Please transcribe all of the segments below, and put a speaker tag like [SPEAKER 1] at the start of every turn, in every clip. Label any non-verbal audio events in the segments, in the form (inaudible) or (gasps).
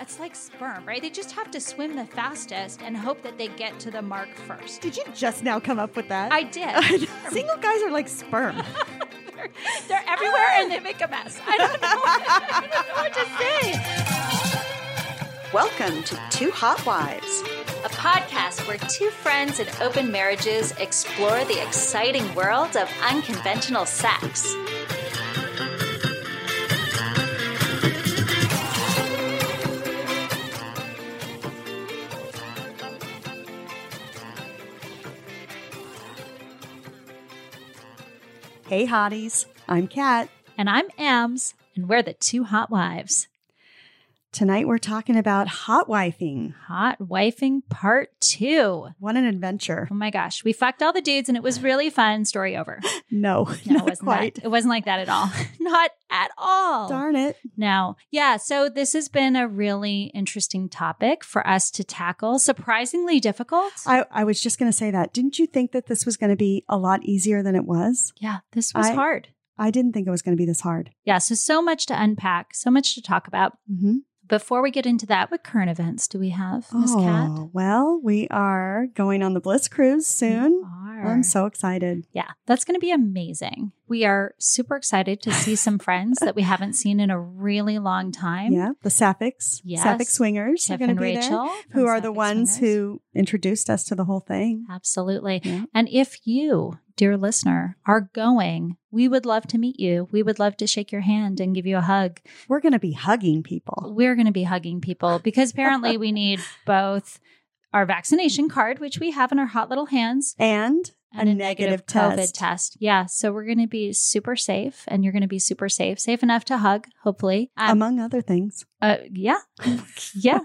[SPEAKER 1] it's like sperm, right? They just have to swim the fastest and hope that they get to the mark first.
[SPEAKER 2] Did you just now come up with that?
[SPEAKER 3] (laughs)
[SPEAKER 1] I
[SPEAKER 2] (laughs)
[SPEAKER 1] did.
[SPEAKER 2] Single guys are like sperm.
[SPEAKER 1] they're, they're everywhere and they make a mess. I don't know. I don't know what to say.
[SPEAKER 4] Welcome to Two Hot Wives.
[SPEAKER 3] a podcast where two friends in open marriages explore the exciting world of unconventional sex.
[SPEAKER 2] hey, hotties. I'm Kat.
[SPEAKER 1] And I'm Ams, and we're the two hot wives.
[SPEAKER 2] Tonight we're talking about hot wifing.
[SPEAKER 1] Hot wifing part two.
[SPEAKER 2] What an adventure.
[SPEAKER 1] Oh my gosh, we fucked all the dudes and it was really fun.
[SPEAKER 3] (laughs)
[SPEAKER 1] Story over.
[SPEAKER 2] No, (laughs)
[SPEAKER 1] No, it
[SPEAKER 2] not
[SPEAKER 1] wasn't
[SPEAKER 2] quite.
[SPEAKER 1] that. It wasn't like that at all. Not at
[SPEAKER 3] (laughs)
[SPEAKER 1] all.
[SPEAKER 2] Darn it.
[SPEAKER 1] No. Yeah. So this has been a really interesting topic for us to tackle. Surprisingly difficult.
[SPEAKER 2] I, I was just going to say that. Didn't you think that this was going to be a lot easier than it was?
[SPEAKER 1] yeah, this was
[SPEAKER 2] I-
[SPEAKER 1] hard.
[SPEAKER 2] I didn't think it was going to be this hard.
[SPEAKER 1] Yeah. So, so much to unpack, so much to talk about.
[SPEAKER 2] Mm-hmm.
[SPEAKER 1] Before we get into that, what current events do we have, Miss Cat?
[SPEAKER 2] Oh, well, we are going on the Bliss Cruise soon. I'm so excited.
[SPEAKER 1] Yeah, that's going to be amazing. We are super excited to see some friends that we haven't seen in a really long time.
[SPEAKER 2] (laughs) yeah, the Sapphics,
[SPEAKER 1] Yes.
[SPEAKER 2] Sapphic Swingers
[SPEAKER 1] Tiff
[SPEAKER 2] are going
[SPEAKER 1] and
[SPEAKER 2] to be there,
[SPEAKER 1] Rachel,
[SPEAKER 2] who are the ones who introduced us to the whole thing.
[SPEAKER 1] Absolutely.
[SPEAKER 2] Yeah.
[SPEAKER 1] And if you, dear listener, are going, we would love to meet you. We would love to shake your hand and give you a hug.
[SPEAKER 2] We're going to be hugging people.
[SPEAKER 1] We're going to be hugging people because apparently we
[SPEAKER 2] (laughs)
[SPEAKER 1] need both our vaccination card, which we have in our hot little hands,
[SPEAKER 2] And
[SPEAKER 1] and
[SPEAKER 2] A
[SPEAKER 1] a,
[SPEAKER 2] negative
[SPEAKER 1] negative,
[SPEAKER 2] test.
[SPEAKER 1] COVID test. Yeah. So we're going to be super safe and you're going to be super safe, safe enough to hug, hopefully. Um,
[SPEAKER 2] among other things,
[SPEAKER 1] uh,
[SPEAKER 2] (laughs)
[SPEAKER 1] yeah. yeah.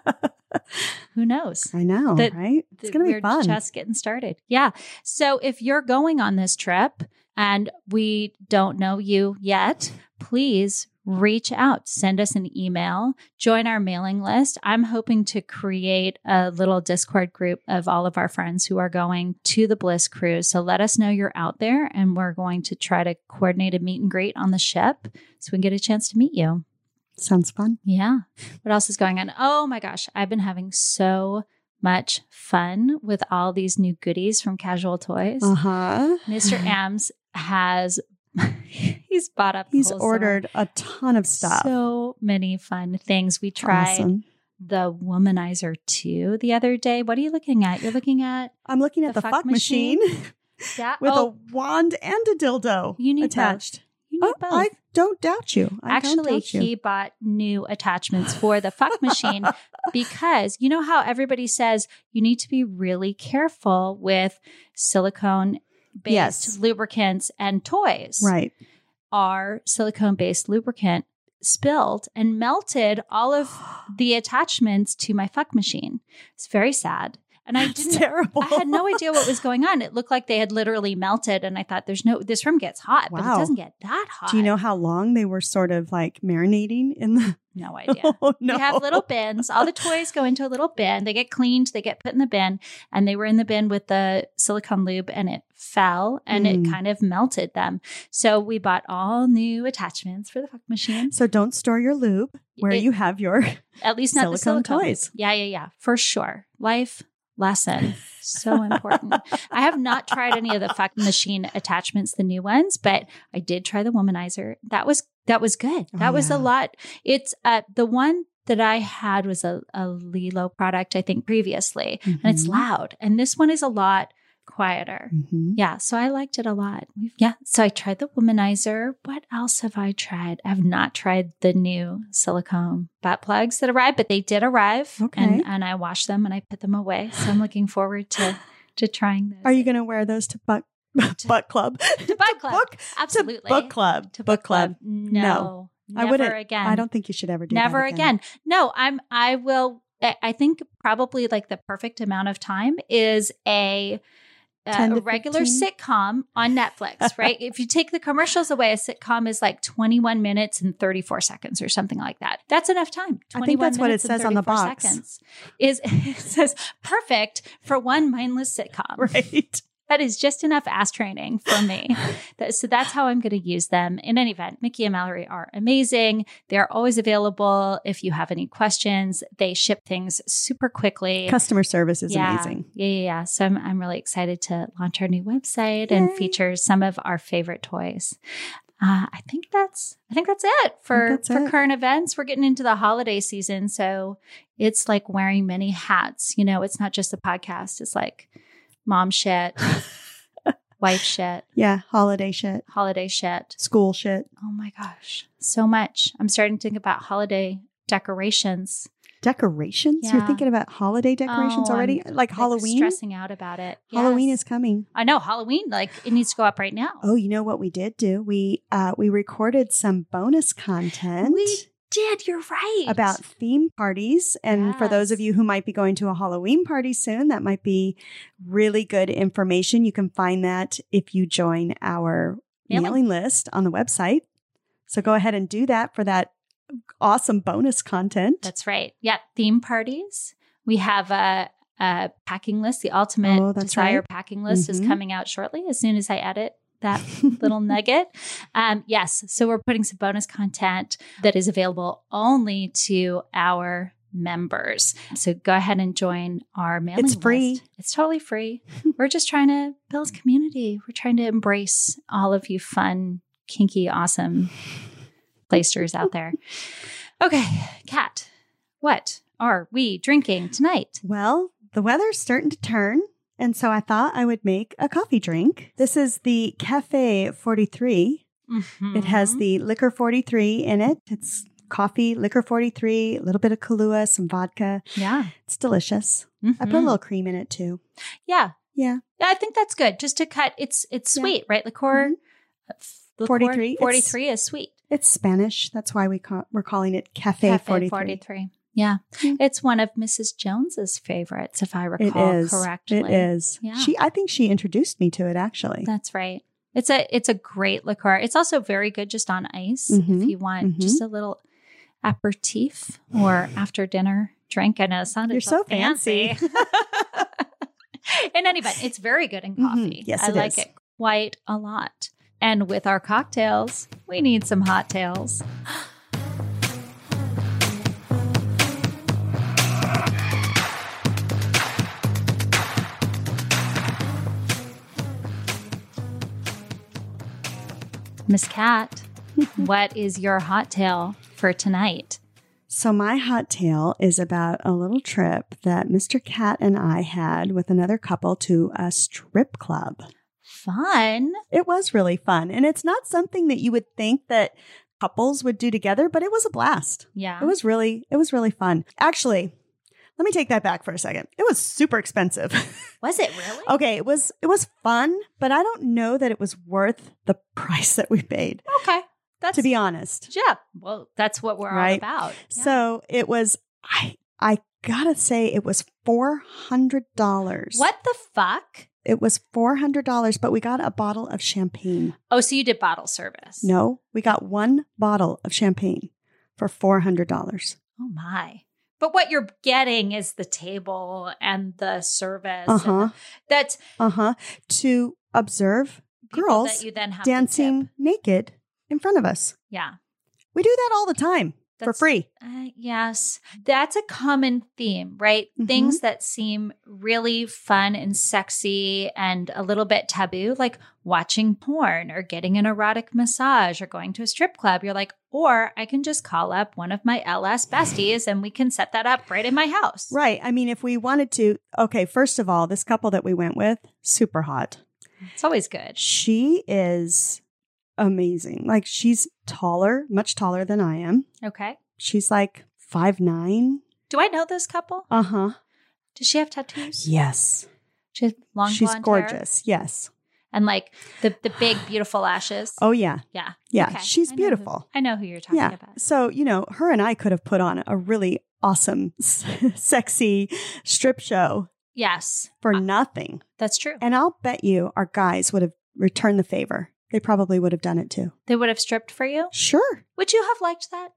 [SPEAKER 1] Who knows?
[SPEAKER 2] I know,
[SPEAKER 1] the-
[SPEAKER 2] right? It's
[SPEAKER 1] that
[SPEAKER 2] going to be
[SPEAKER 1] we're
[SPEAKER 2] fun.
[SPEAKER 1] Just getting started. Yeah. So if you're going on this trip and we don't know you yet, please reach out, send us an email, join our mailing list. I'm hoping to create a little Discord group of all of our friends who are going to the Bliss cruise. So let us know you're out there and we're going to try to coordinate a meet and greet on the ship so we can get a chance to meet you.
[SPEAKER 2] Sounds fun.
[SPEAKER 1] Yeah. What else is going on? Oh my gosh, I've been having so much fun with all these new goodies from Casual Toys.
[SPEAKER 2] Uh huh. (sighs)
[SPEAKER 1] Mr. Ams has (laughs) he's bought up the
[SPEAKER 2] He's
[SPEAKER 1] whole
[SPEAKER 2] ordered a ton of
[SPEAKER 1] store.
[SPEAKER 2] stuff.
[SPEAKER 1] so many fun things. We tried
[SPEAKER 2] Awesome.
[SPEAKER 1] the Womanizer 2 the other day. What are you looking at? You're looking at
[SPEAKER 2] I'm looking at
[SPEAKER 1] The
[SPEAKER 2] the, fuck,
[SPEAKER 1] fuck
[SPEAKER 2] machine,
[SPEAKER 1] that
[SPEAKER 2] (laughs) with
[SPEAKER 1] oh,
[SPEAKER 2] a wand and a dildo
[SPEAKER 1] You need both.
[SPEAKER 2] attached.
[SPEAKER 1] you
[SPEAKER 2] Oh,
[SPEAKER 1] need both.
[SPEAKER 2] I don't doubt you. I don't
[SPEAKER 1] Actually,
[SPEAKER 2] doubt you.
[SPEAKER 1] he bought new attachments for the fuck
[SPEAKER 2] (laughs)
[SPEAKER 1] machine because you know how everybody says you need to be really careful with silicone based
[SPEAKER 2] Yes.
[SPEAKER 1] lubricants and toys.
[SPEAKER 2] (gasps) right.
[SPEAKER 1] Our silicone based lubricant spilled and melted all of
[SPEAKER 2] (gasps)
[SPEAKER 1] the attachments to my fuck machine. It's very sad. And
[SPEAKER 2] (gasps)
[SPEAKER 1] I
[SPEAKER 2] It's
[SPEAKER 1] didn't
[SPEAKER 2] terrible.
[SPEAKER 1] I had no idea what was going on. It looked like they had literally melted and I thought there's no this room gets hot, but
[SPEAKER 2] Wow.
[SPEAKER 1] it doesn't get that hot.
[SPEAKER 2] (laughs) Do you know how long they were sort of like marinating in the?
[SPEAKER 1] no idea.
[SPEAKER 2] (laughs) Oh no!
[SPEAKER 1] We have little bins. All the toys go into a little bin. They get cleaned, they get put in the bin, and they were in the bin with the silicone lube and it fell and
[SPEAKER 2] Mm.
[SPEAKER 1] it kind of melted them. So we bought all new attachments for the fuck machines.
[SPEAKER 2] So don't store your lube where
[SPEAKER 1] It-
[SPEAKER 2] you have
[SPEAKER 1] (laughs)
[SPEAKER 2] your.
[SPEAKER 1] At least not the
[SPEAKER 2] Silicone
[SPEAKER 1] silicone
[SPEAKER 2] toys.
[SPEAKER 1] Yeah, yeah, yeah. For sure. Life lesson.
[SPEAKER 2] (laughs)
[SPEAKER 1] So important. I have not tried any of the fuck machine attachments, the new ones, but I did try the womanizer. That was that was good.
[SPEAKER 2] Oh,
[SPEAKER 1] That was
[SPEAKER 2] yeah.
[SPEAKER 1] a lot. It's uh the one that I had was a, a Lilo product, I think, previously. And
[SPEAKER 2] Mm-hmm.
[SPEAKER 1] it's loud. And this one is a lot quieter.
[SPEAKER 2] Mhm.
[SPEAKER 1] Yeah. So I liked it a lot. We've- Yeah. So I tried the womanizer. What else have I tried? I've not tried the new silicone butt plugs that arrived, but they did arrive.
[SPEAKER 2] Okay.
[SPEAKER 1] And, and I washed them and I put them away. So I'm looking forward
[SPEAKER 2] (laughs)
[SPEAKER 1] to to trying those.
[SPEAKER 2] Are you going to wear those to buck butt (laughs) club? (laughs) To
[SPEAKER 1] butt club.
[SPEAKER 2] book-
[SPEAKER 1] Absolutely.
[SPEAKER 2] To book club.
[SPEAKER 1] To
[SPEAKER 2] book club.
[SPEAKER 1] No.
[SPEAKER 2] I
[SPEAKER 1] Never
[SPEAKER 2] wouldn't-
[SPEAKER 1] again.
[SPEAKER 2] I don't think you should ever do that.
[SPEAKER 1] never again. No, I'm I will I I think probably like the perfect amount of time is a
[SPEAKER 2] 10
[SPEAKER 1] uh,
[SPEAKER 2] to
[SPEAKER 1] a regular
[SPEAKER 2] 15?
[SPEAKER 1] sitcom on Netflix,
[SPEAKER 2] (laughs)
[SPEAKER 1] right? if you take the commercials away, a sitcom is like 21 minutes and 34 seconds or something like that. That's enough time. 21
[SPEAKER 2] I think that's what
[SPEAKER 1] minutes
[SPEAKER 2] it
[SPEAKER 1] and
[SPEAKER 2] says on the
[SPEAKER 1] 34 (laughs)
[SPEAKER 2] box.
[SPEAKER 1] Seconds is it says perfect for one mindless sitcom.
[SPEAKER 2] (laughs)
[SPEAKER 1] (laughs)
[SPEAKER 2] Right.
[SPEAKER 1] That is just enough ass training for me. That- so that's how I'm going to use them. In any event, Mickey and Mallory are amazing. They are always available if you have any questions. They ship things super quickly.
[SPEAKER 2] Customer service is
[SPEAKER 1] Yeah.
[SPEAKER 2] amazing.
[SPEAKER 1] Yeah, yeah, yeah. So I'm, I'm really excited to launch our new website and
[SPEAKER 2] Yay.
[SPEAKER 1] feature some of our favorite toys. Uh, I think that's I think that's it for
[SPEAKER 2] that's
[SPEAKER 1] for
[SPEAKER 2] it.
[SPEAKER 1] current events. We're getting into the holiday season, so it's like wearing many hats. You know, it's not just the podcast. It's like mom
[SPEAKER 2] (laughs)
[SPEAKER 1] shit, wife shit,
[SPEAKER 2] Yeah, holiday shit,
[SPEAKER 1] holiday shit.
[SPEAKER 2] school shit,
[SPEAKER 1] Oh my gosh, so much. I'm starting to think about holiday decorations.
[SPEAKER 2] decorations.
[SPEAKER 1] Yeah.
[SPEAKER 2] You're thinking about holiday decorations
[SPEAKER 1] Oh,
[SPEAKER 2] already? like
[SPEAKER 1] like,
[SPEAKER 2] Halloween?
[SPEAKER 1] stressing out about it.
[SPEAKER 2] Halloween
[SPEAKER 1] Yes.
[SPEAKER 2] is coming.
[SPEAKER 1] I know Halloween, like it needs to go up right now.
[SPEAKER 2] Oh, you know what we did do? We uh, we recorded some bonus content
[SPEAKER 1] We did. You're right.
[SPEAKER 2] about theme parties, and for those of
[SPEAKER 1] Yes.
[SPEAKER 2] you who might be going to a Halloween party soon, that might be really good information. You can find that if you join our
[SPEAKER 1] Mailing.
[SPEAKER 2] mailing, list on the website. So go ahead and do that for that awesome bonus content.
[SPEAKER 1] That's right. Yeah, theme parties. We have a, a packing list. The ultimate
[SPEAKER 2] Oh, that's
[SPEAKER 1] desire
[SPEAKER 2] right.
[SPEAKER 1] packing list is
[SPEAKER 2] Mhm.
[SPEAKER 1] coming out shortly. As soon as I edit that
[SPEAKER 2] (laughs)
[SPEAKER 1] little nugget, um, yes. So we're putting some bonus content that is available only to our members. So go ahead and join our mailing.
[SPEAKER 2] It's free.
[SPEAKER 1] list. It's totally
[SPEAKER 2] (laughs)
[SPEAKER 1] free. we're just trying to build community. We're trying to embrace all of you fun, kinky, awesome playsters out there. Okay, Kat, what are we drinking tonight?
[SPEAKER 2] Well, the weather's starting to turn, and so I thought I would make a coffee drink. This is the Cafe 43. It has
[SPEAKER 1] Mhm.
[SPEAKER 2] the liquor 43 in it. It's coffee, liquor 43, a little bit of Kahlua, some vodka.
[SPEAKER 1] yeah.
[SPEAKER 2] It's delicious. I put a
[SPEAKER 1] Mhm.
[SPEAKER 2] little cream in it too.
[SPEAKER 1] yeah.
[SPEAKER 2] Yeah.
[SPEAKER 1] Yeah, I think that's good. Just to cut, it's it's
[SPEAKER 2] Yeah.
[SPEAKER 1] sweet, right? Liqueur,
[SPEAKER 2] Mhm.
[SPEAKER 1] liqueur
[SPEAKER 2] 43, it's-
[SPEAKER 1] 43 is sweet.
[SPEAKER 2] It's Spanish. That's why we call, we're calling it Cafe,
[SPEAKER 1] Cafe
[SPEAKER 2] 43.
[SPEAKER 1] 43. Yeah.
[SPEAKER 2] Mm.
[SPEAKER 1] It's one of Mrs. Jones's favorites, if I
[SPEAKER 2] It
[SPEAKER 1] recall
[SPEAKER 2] is.
[SPEAKER 1] correctly.
[SPEAKER 2] It is.
[SPEAKER 1] Yeah.
[SPEAKER 2] She I think she introduced me to it actually.
[SPEAKER 1] That's right. It's a it's a great liqueur. It's also very good just on ice if
[SPEAKER 2] Mhm,
[SPEAKER 1] you want
[SPEAKER 2] mhm.
[SPEAKER 1] just a little aperitif or after dinner drink. I know it sounded
[SPEAKER 2] You're so
[SPEAKER 1] in any event, it's very good in
[SPEAKER 2] Mhm,
[SPEAKER 1] coffee.
[SPEAKER 2] yes,
[SPEAKER 1] I
[SPEAKER 2] it
[SPEAKER 1] like
[SPEAKER 2] is.
[SPEAKER 1] it quite a lot. And with our cocktails, we need some hot tails. (gasps) Miss
[SPEAKER 2] (laughs)
[SPEAKER 1] Cat, what is your hot tail for tonight?
[SPEAKER 2] So my hot tale is about a little trip that Mr. Cat and I had with another couple to a strip club.
[SPEAKER 1] Fun.
[SPEAKER 2] It was really fun. And it's not something that you would think that couples would do together, but it was a blast.
[SPEAKER 1] Yeah.
[SPEAKER 2] It was really, it was really fun. Actually, let me take that back for a second. It was super expensive. (laughs)
[SPEAKER 1] Was it really?
[SPEAKER 2] okay, it was it was fun, but I don't know that it was worth the price that we paid,
[SPEAKER 1] Okay. That's
[SPEAKER 2] to be honest.
[SPEAKER 1] yeah. Well, that's what we're all
[SPEAKER 2] Right.
[SPEAKER 1] about. Yeah.
[SPEAKER 2] So it was I I gotta say it was four hundred dollars.
[SPEAKER 1] what the fuck?
[SPEAKER 2] It was four hundred dollars, but we got a bottle of champagne.
[SPEAKER 1] Oh, so you did bottle service?
[SPEAKER 2] No, we got one bottle of champagne for four hundred dollars.
[SPEAKER 1] Oh my. But what you're getting is the table and the service. and
[SPEAKER 2] Uh huh.
[SPEAKER 1] That's
[SPEAKER 2] Uh huh. To observe
[SPEAKER 1] people
[SPEAKER 2] girls
[SPEAKER 1] that you then have to tip.
[SPEAKER 2] dancing naked in front of us.
[SPEAKER 1] Yeah.
[SPEAKER 2] We do that all the time for
[SPEAKER 1] That's-
[SPEAKER 2] free.
[SPEAKER 1] Uh, yes, that's a common theme, right?
[SPEAKER 2] Mhm.
[SPEAKER 1] Things that seem really fun and sexy and a little bit taboo, like watching porn or getting an erotic massage or going to a strip club. You're like, or I can just call up one of my LS besties and we can set that up right in my house.
[SPEAKER 2] Right. I mean, if we wanted to, okay, first of all, this couple that we went with, super hot.
[SPEAKER 1] It's always good.
[SPEAKER 2] She is amazing. Like, she's taller, much taller than I am.
[SPEAKER 1] Okay.
[SPEAKER 2] She's like five nine.
[SPEAKER 1] Do I know this couple?
[SPEAKER 2] Uh huh.
[SPEAKER 1] Does she have tattoos?
[SPEAKER 2] Yes.
[SPEAKER 1] She has long
[SPEAKER 2] She's
[SPEAKER 1] blonde hair?
[SPEAKER 2] gorgeous. Yes.
[SPEAKER 1] And like the, the
[SPEAKER 2] (sighs)
[SPEAKER 1] big, beautiful lashes.
[SPEAKER 2] Oh, yeah.
[SPEAKER 1] yeah.
[SPEAKER 2] Yeah.
[SPEAKER 1] Okay.
[SPEAKER 2] She's
[SPEAKER 1] I know who-
[SPEAKER 2] beautiful.
[SPEAKER 1] I know who you're talking
[SPEAKER 2] yeah.
[SPEAKER 1] about.
[SPEAKER 2] So, you know, her and I could have put on a really awesome, (laughs) s- sexy strip show
[SPEAKER 1] Yes,
[SPEAKER 2] for nothing.
[SPEAKER 1] that's true.
[SPEAKER 2] And I'll bet you our guys would have returned the favor. They probably would have done it too.
[SPEAKER 1] They would have stripped for you.
[SPEAKER 2] Sure.
[SPEAKER 1] Would you have liked that?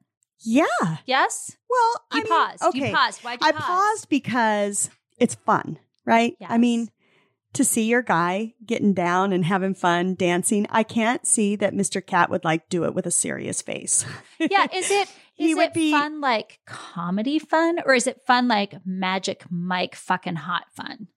[SPEAKER 2] Yeah.
[SPEAKER 1] Yes.
[SPEAKER 2] Well,
[SPEAKER 1] You
[SPEAKER 2] I mean,
[SPEAKER 1] paused.
[SPEAKER 2] Okay.
[SPEAKER 1] You paused. Why'd you
[SPEAKER 2] I
[SPEAKER 1] pause?
[SPEAKER 2] paused because it's fun, right? I mean, to see your guy getting down and having fun dancing. I can't see that Mr. Cat would like do it with a serious face. (laughs)
[SPEAKER 1] Yeah, is it
[SPEAKER 2] He
[SPEAKER 1] is
[SPEAKER 2] would
[SPEAKER 1] it
[SPEAKER 2] be-
[SPEAKER 1] fun like comedy fun or is it fun like Magic Mike fucking hot fun?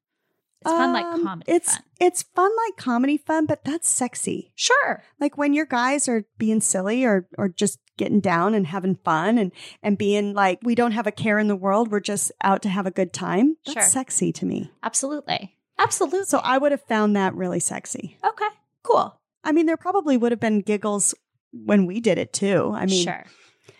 [SPEAKER 1] It's fun like
[SPEAKER 2] Um,
[SPEAKER 1] comedy
[SPEAKER 2] It's
[SPEAKER 1] fun.
[SPEAKER 2] it's fun like comedy fun, but that's sexy.
[SPEAKER 1] Sure.
[SPEAKER 2] Like when your guys are being silly or or just getting down and having fun and and being like we don't have a care in the world, we're just out to have a good time. That's
[SPEAKER 1] Sure.
[SPEAKER 2] sexy to me.
[SPEAKER 1] Absolutely. Absolutely.
[SPEAKER 2] So I would have found that really sexy.
[SPEAKER 1] okay. Cool.
[SPEAKER 2] I mean, there probably would have been giggles when we did it too. I mean,
[SPEAKER 1] sure.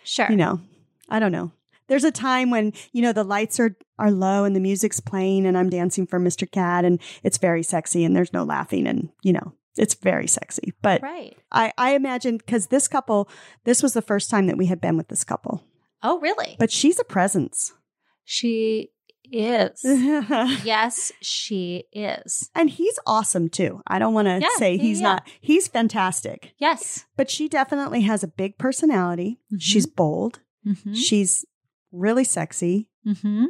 [SPEAKER 1] Sure.
[SPEAKER 2] you know, I don't know. There's a time when, you know, the lights are, are low and the music's playing and I'm dancing for Mr. Cat and it's very sexy and there's no laughing and, you know, it's very sexy. But
[SPEAKER 1] right.
[SPEAKER 2] I, I imagine because this couple, this was the first time that we had been with this couple,
[SPEAKER 1] Oh, really?
[SPEAKER 2] but she's
[SPEAKER 1] (laughs)
[SPEAKER 2] a presence.
[SPEAKER 1] she
[SPEAKER 2] (laughs)
[SPEAKER 1] is.
[SPEAKER 2] and
[SPEAKER 1] yes, she is.
[SPEAKER 2] he's awesome too. I don't want to
[SPEAKER 1] Yeah,
[SPEAKER 2] say
[SPEAKER 1] yeah,
[SPEAKER 2] he's
[SPEAKER 1] yeah.
[SPEAKER 2] not, he's fantastic.
[SPEAKER 1] Yes.
[SPEAKER 2] But she definitely has a big personality.
[SPEAKER 1] Mhm.
[SPEAKER 2] She's bold.
[SPEAKER 1] Mm-hmm.
[SPEAKER 2] She's really sexy,
[SPEAKER 1] Mm-hmm.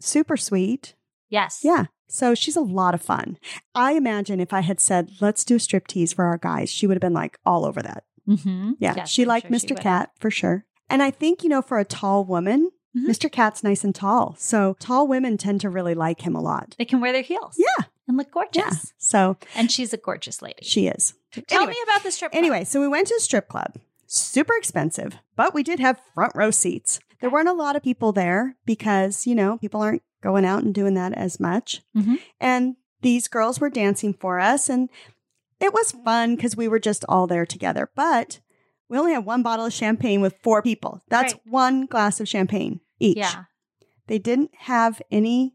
[SPEAKER 2] super sweet.
[SPEAKER 1] Yes.
[SPEAKER 2] Yeah. So she's a lot of fun. I imagine if I had said, let's do a strip tease for our guys, she would have been like all over that.
[SPEAKER 1] Mm-hmm.
[SPEAKER 2] Yeah. she liked Mr. Cat for sure. And I think, you know, for a tall woman,
[SPEAKER 1] Mhm.
[SPEAKER 2] Mr. Cat's nice and tall. So tall women tend to really like him a lot.
[SPEAKER 1] They can wear their heels.
[SPEAKER 2] Yeah.
[SPEAKER 1] And look gorgeous.
[SPEAKER 2] Yeah. So
[SPEAKER 1] And she's a gorgeous lady.
[SPEAKER 2] she is.
[SPEAKER 1] Tell
[SPEAKER 2] Anyway.
[SPEAKER 1] me about the strip. club.
[SPEAKER 2] Anyway, so we went to a strip club. Super expensive, but we did have front row seats. There weren't a lot of people there because, you know, people aren't going out and doing that as much.
[SPEAKER 1] Mhm.
[SPEAKER 2] And these girls were dancing for us, and it was fun because we were just all there together. But we only had one bottle of champagne with four people. That's
[SPEAKER 1] Right.
[SPEAKER 2] one glass of champagne each.
[SPEAKER 1] Yeah.
[SPEAKER 2] They didn't have any.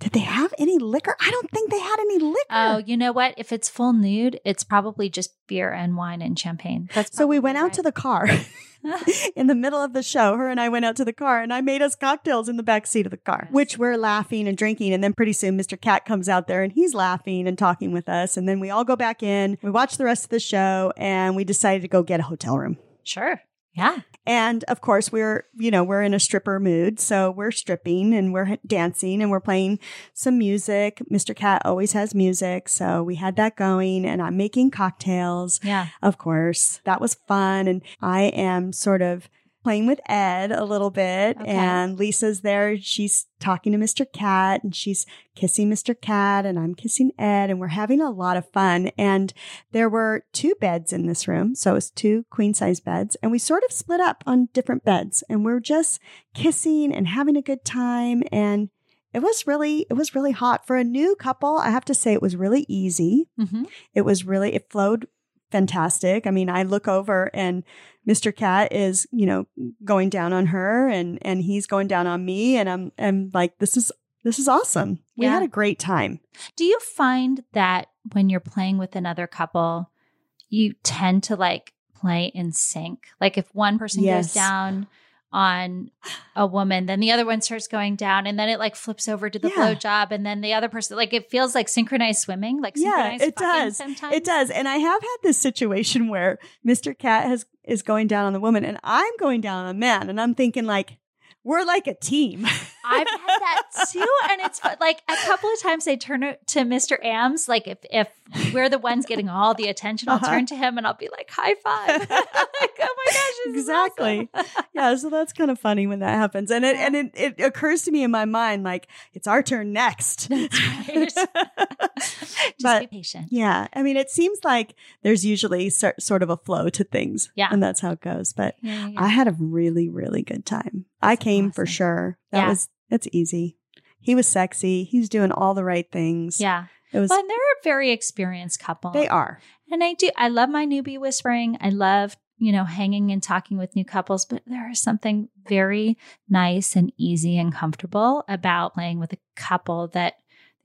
[SPEAKER 2] Did they have any liquor? I don't think they had any liquor.
[SPEAKER 1] Oh, you know what? If it's full nude, it's probably just beer and wine and champagne. That's
[SPEAKER 2] So we went out to the car (laughs) in the middle of the show. Her and I went out to the car, and I made us cocktails in the back seat of the car,
[SPEAKER 1] Yes.
[SPEAKER 2] which we're laughing and drinking. And then pretty soon, Mr. Cat comes out there, and he's laughing and talking with us. And then we all go back in. We watch the rest of the show, and we decided to go get a hotel room.
[SPEAKER 1] sure. Yeah.
[SPEAKER 2] And of course, we're you know we're in a stripper mood, so we're stripping and we're dancing and we're playing some music. Mr. Cat always has music, so we had that going, and I'm making cocktails
[SPEAKER 1] Yeah.
[SPEAKER 2] of course. That was fun. And I am sort of playing with Ed a little bit.
[SPEAKER 1] Okay.
[SPEAKER 2] And Lisa's there. She's talking to Mr. Cat and she's kissing Mr. Cat and I'm kissing Ed. And we're having a lot of fun. And there were two beds in this room. So it was two queen size beds. And we sort of split up on different beds and we're just kissing and having a good time. And it was really, it was really hot for a new couple. I have to say it was really easy
[SPEAKER 1] Mm-hmm.
[SPEAKER 2] it was really it flowed fantastic i mean i look over and mr cat is you know going down on her and and he's going down on me and i'm i'm like this is this is awesome we
[SPEAKER 1] Yeah.
[SPEAKER 2] had a great time
[SPEAKER 1] Do you find that when you're playing with another couple, you tend to like play in sync? Like if one person
[SPEAKER 2] Yes.
[SPEAKER 1] goes down on a woman, then the other one starts going down, and then it like flips over to the
[SPEAKER 2] Yeah.
[SPEAKER 1] blowjob, and then the other person like it feels like synchronized swimming, like
[SPEAKER 2] Yeah,
[SPEAKER 1] synchronized
[SPEAKER 2] it
[SPEAKER 1] fucking
[SPEAKER 2] does.
[SPEAKER 1] Sometimes
[SPEAKER 2] it does and i have had this situation (laughs) where mr cat has is going down on the woman and i'm going down on the man and i'm thinking like we're like a team (laughs)
[SPEAKER 1] I've had that too, and it's fu- like a couple of times I turn it to Mr. Ams. Like if if we're the ones getting all the attention, I'll
[SPEAKER 2] Uh-huh.
[SPEAKER 1] turn to him and I'll be like, "High five! (laughs) like, oh my gosh, this is
[SPEAKER 2] Exactly.
[SPEAKER 1] awesome.
[SPEAKER 2] yeah so that's kind of funny when that happens and it and it, it occurs to me in my mind like it's our turn next
[SPEAKER 1] That's
[SPEAKER 2] (laughs)
[SPEAKER 1] right. (laughs) Just
[SPEAKER 2] But-
[SPEAKER 1] be patient.
[SPEAKER 2] Yeah. I mean, it seems like there's usually sor- sort of a flow to things.
[SPEAKER 1] Yeah.
[SPEAKER 2] And that's how it goes. But
[SPEAKER 1] Yeah, yeah,
[SPEAKER 2] I had a really, really good time. I came for
[SPEAKER 1] awesome.
[SPEAKER 2] sure. That
[SPEAKER 1] Yeah.
[SPEAKER 2] was, that's easy. He was sexy. He's doing all the right things.
[SPEAKER 1] yeah.
[SPEAKER 2] It was,
[SPEAKER 1] Well, and they're a very experienced couple.
[SPEAKER 2] they are.
[SPEAKER 1] and I do. I love my newbie whispering. I love you know hanging and talking with new couples, but there is something very nice and easy and comfortable about playing with a couple that.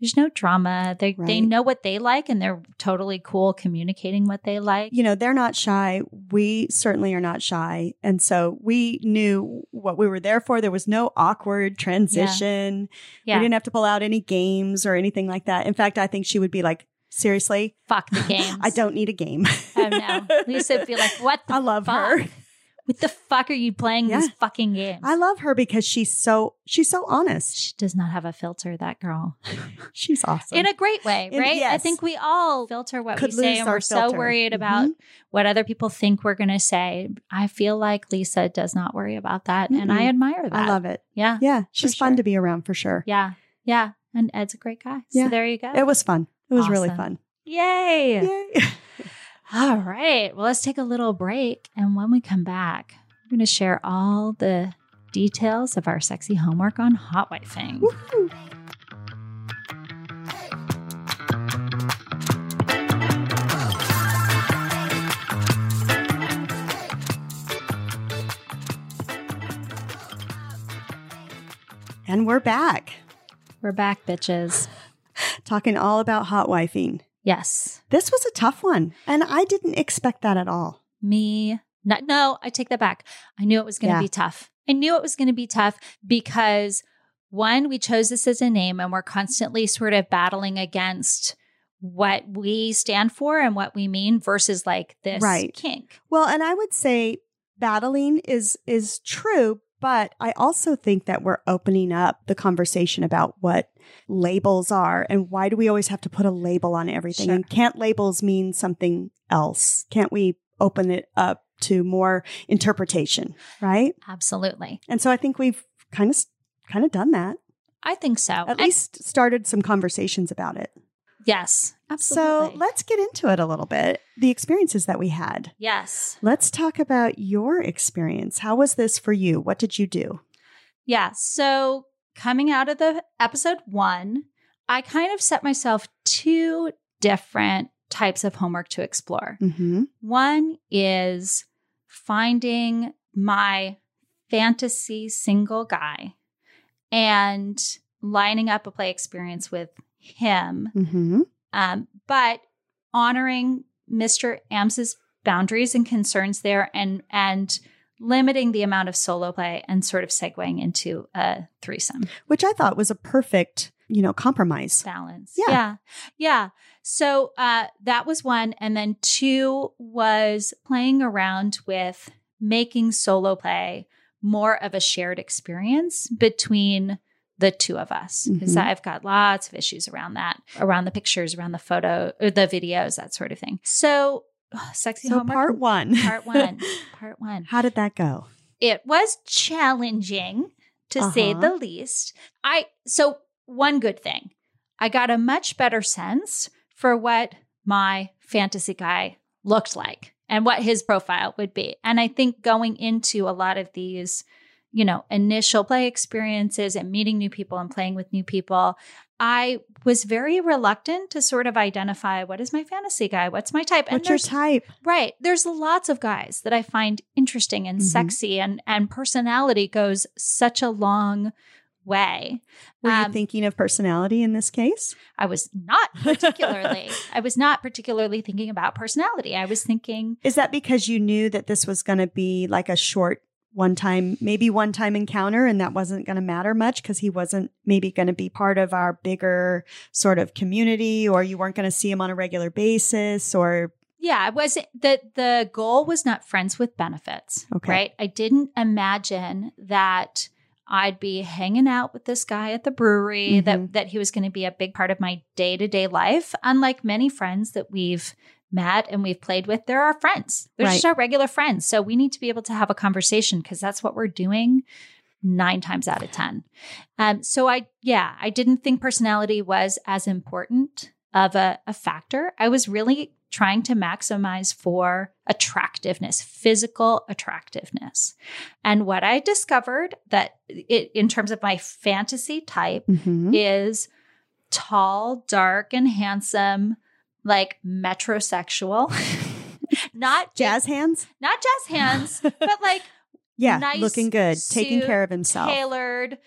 [SPEAKER 1] There's no drama. They they
[SPEAKER 2] Right.
[SPEAKER 1] know what they like and they're totally cool communicating what they like.
[SPEAKER 2] You know, they're not shy. We certainly are not shy. And so we knew what we were there for. There was no awkward transition.
[SPEAKER 1] Yeah.
[SPEAKER 2] We didn't have to pull out any games or anything like that. In fact, I think she would be like, seriously, (laughs)
[SPEAKER 1] Fuck the games.
[SPEAKER 2] I don't need a game. (laughs)
[SPEAKER 1] Oh no. Lisa'd be like, "What the
[SPEAKER 2] I love
[SPEAKER 1] fuck?
[SPEAKER 2] her.
[SPEAKER 1] What the fuck are you playing
[SPEAKER 2] Yeah.
[SPEAKER 1] these fucking games?
[SPEAKER 2] I love her because she's so she's so honest.
[SPEAKER 1] she does not have a filter, that girl.
[SPEAKER 2] She's awesome.
[SPEAKER 1] In a great way,
[SPEAKER 2] In-
[SPEAKER 1] right? I
[SPEAKER 2] yes.
[SPEAKER 1] think we all filter what
[SPEAKER 2] Could
[SPEAKER 1] we say,
[SPEAKER 2] lose
[SPEAKER 1] and
[SPEAKER 2] our
[SPEAKER 1] we're so
[SPEAKER 2] filter. Mm-hmm.
[SPEAKER 1] worried about what other people think we're going to say. I feel like Lisa does not worry about that, and I
[SPEAKER 2] Mm-mm.
[SPEAKER 1] admire that.
[SPEAKER 2] I love it.
[SPEAKER 1] Yeah,
[SPEAKER 2] Yeah, she's
[SPEAKER 1] sure.
[SPEAKER 2] fun to be around for sure.
[SPEAKER 1] yeah, yeah. And Ed's a great guy. So
[SPEAKER 2] Yeah.
[SPEAKER 1] there you go.
[SPEAKER 2] It was fun. It was really
[SPEAKER 1] Awesome.
[SPEAKER 2] fun.
[SPEAKER 1] Yay!
[SPEAKER 2] Yay. (laughs)
[SPEAKER 1] All right. Well, let's take a little break, and when we come back, we're going to share all the details of our sexy homework on hot wifing.
[SPEAKER 2] Woohoo. And we're back
[SPEAKER 1] We're back, bitches.
[SPEAKER 2] talking all about hot wifing.
[SPEAKER 1] Yes.
[SPEAKER 2] This was a tough one, and I didn't expect that at all.
[SPEAKER 1] me. No, no, I take that back. I knew it was going to
[SPEAKER 2] Yeah.
[SPEAKER 1] be tough. I knew it was going to be tough because one, we chose this as a name and we're constantly sort of battling against what we stand for and what we mean versus like this
[SPEAKER 2] Right.
[SPEAKER 1] kink.
[SPEAKER 2] Well, and I would say battling is is true, but I also think that we're opening up the conversation about what labels are and why do we always have to put a label on everything?
[SPEAKER 1] Sure.
[SPEAKER 2] And can't labels mean something else? Can't we open it up to more interpretation, right?
[SPEAKER 1] Absolutely.
[SPEAKER 2] And so I think we've kind of kind of done that.
[SPEAKER 1] I think so.
[SPEAKER 2] At
[SPEAKER 1] Oh, I-
[SPEAKER 2] least started some conversations about it.
[SPEAKER 1] yes. Absolutely.
[SPEAKER 2] So, let's get into it a little bit. The experiences that we had.
[SPEAKER 1] yes.
[SPEAKER 2] Let's talk about your experience. How was this for you? What did you do?
[SPEAKER 1] Yeah. So coming out of the episode one, I kind of set myself two different types of homework to explore.
[SPEAKER 2] Mm-hmm.
[SPEAKER 1] One is finding my fantasy single guy and lining up a play experience with him,
[SPEAKER 2] Mm-hmm.
[SPEAKER 1] um, but honoring Mr. Ams's boundaries and concerns there and and limiting the amount of solo play and sort of segueing into a threesome
[SPEAKER 2] Which I thought was a perfect, you know, compromise.
[SPEAKER 1] balance.
[SPEAKER 2] Yeah.
[SPEAKER 1] yeah. Yeah. So uh, that was one. And then two was playing around with making solo play more of a shared experience between the two of us. Because
[SPEAKER 2] Mhm.
[SPEAKER 1] I've got lots of issues around that, around the pictures, around the photo, or the videos, that sort of thing. So, (sighs) ugh, sexy
[SPEAKER 2] So
[SPEAKER 1] homework.
[SPEAKER 2] part one.
[SPEAKER 1] Part one. Part one.
[SPEAKER 2] (laughs) How did that go?
[SPEAKER 1] It was challenging to say
[SPEAKER 2] Uh-huh.
[SPEAKER 1] the least. I so one good thing, I got a much better sense for what my fantasy guy looked like and what his profile would be. And I think going into a lot of these, you know, initial play experiences and meeting new people and playing with new people, I was very reluctant to sort of identify what is my fantasy guy, what's my type.
[SPEAKER 2] What's your
[SPEAKER 1] there's
[SPEAKER 2] type?
[SPEAKER 1] Right. There's lots of guys that I find interesting and
[SPEAKER 2] Mhm.
[SPEAKER 1] sexy and and personality goes such a long way.
[SPEAKER 2] Were
[SPEAKER 1] Um,
[SPEAKER 2] you thinking of personality in this case?
[SPEAKER 1] I was not
[SPEAKER 2] (laughs)
[SPEAKER 1] particularly I was not particularly thinking about personality. I was thinking
[SPEAKER 2] Is that because you knew that this was going to be like a short one time, maybe one time encounter and that wasn't going to matter much because he wasn't maybe going to be part of our bigger sort of community or you weren't going to see him on a regular basis or
[SPEAKER 1] yeah, I wasn't the the goal was not friends with benefits.
[SPEAKER 2] Okay.
[SPEAKER 1] Right. I didn't imagine that I'd be hanging out with this guy at the brewery, that that he was going to be a big part of my day-to-day life. Unlike many friends that we've met and we've played with, they're our friends. They're just
[SPEAKER 2] Right.
[SPEAKER 1] our regular friends. So we need to be able to have a conversation because that's what we're doing nine times out of ten. Um, so I yeah, I didn't think personality was as important of a, a factor. I was really trying to maximize for attractiveness, physical attractiveness. And what I discovered that it, in terms of my fantasy type
[SPEAKER 2] Mhm.
[SPEAKER 1] is tall, dark, and handsome, like
[SPEAKER 2] (laughs)
[SPEAKER 1] metrosexual. not
[SPEAKER 2] jazz hands.
[SPEAKER 1] not jazz hands, but like
[SPEAKER 2] Yeah,
[SPEAKER 1] Nice
[SPEAKER 2] looking good, taking
[SPEAKER 1] suit,
[SPEAKER 2] care of (laughs) himself.
[SPEAKER 1] tailored,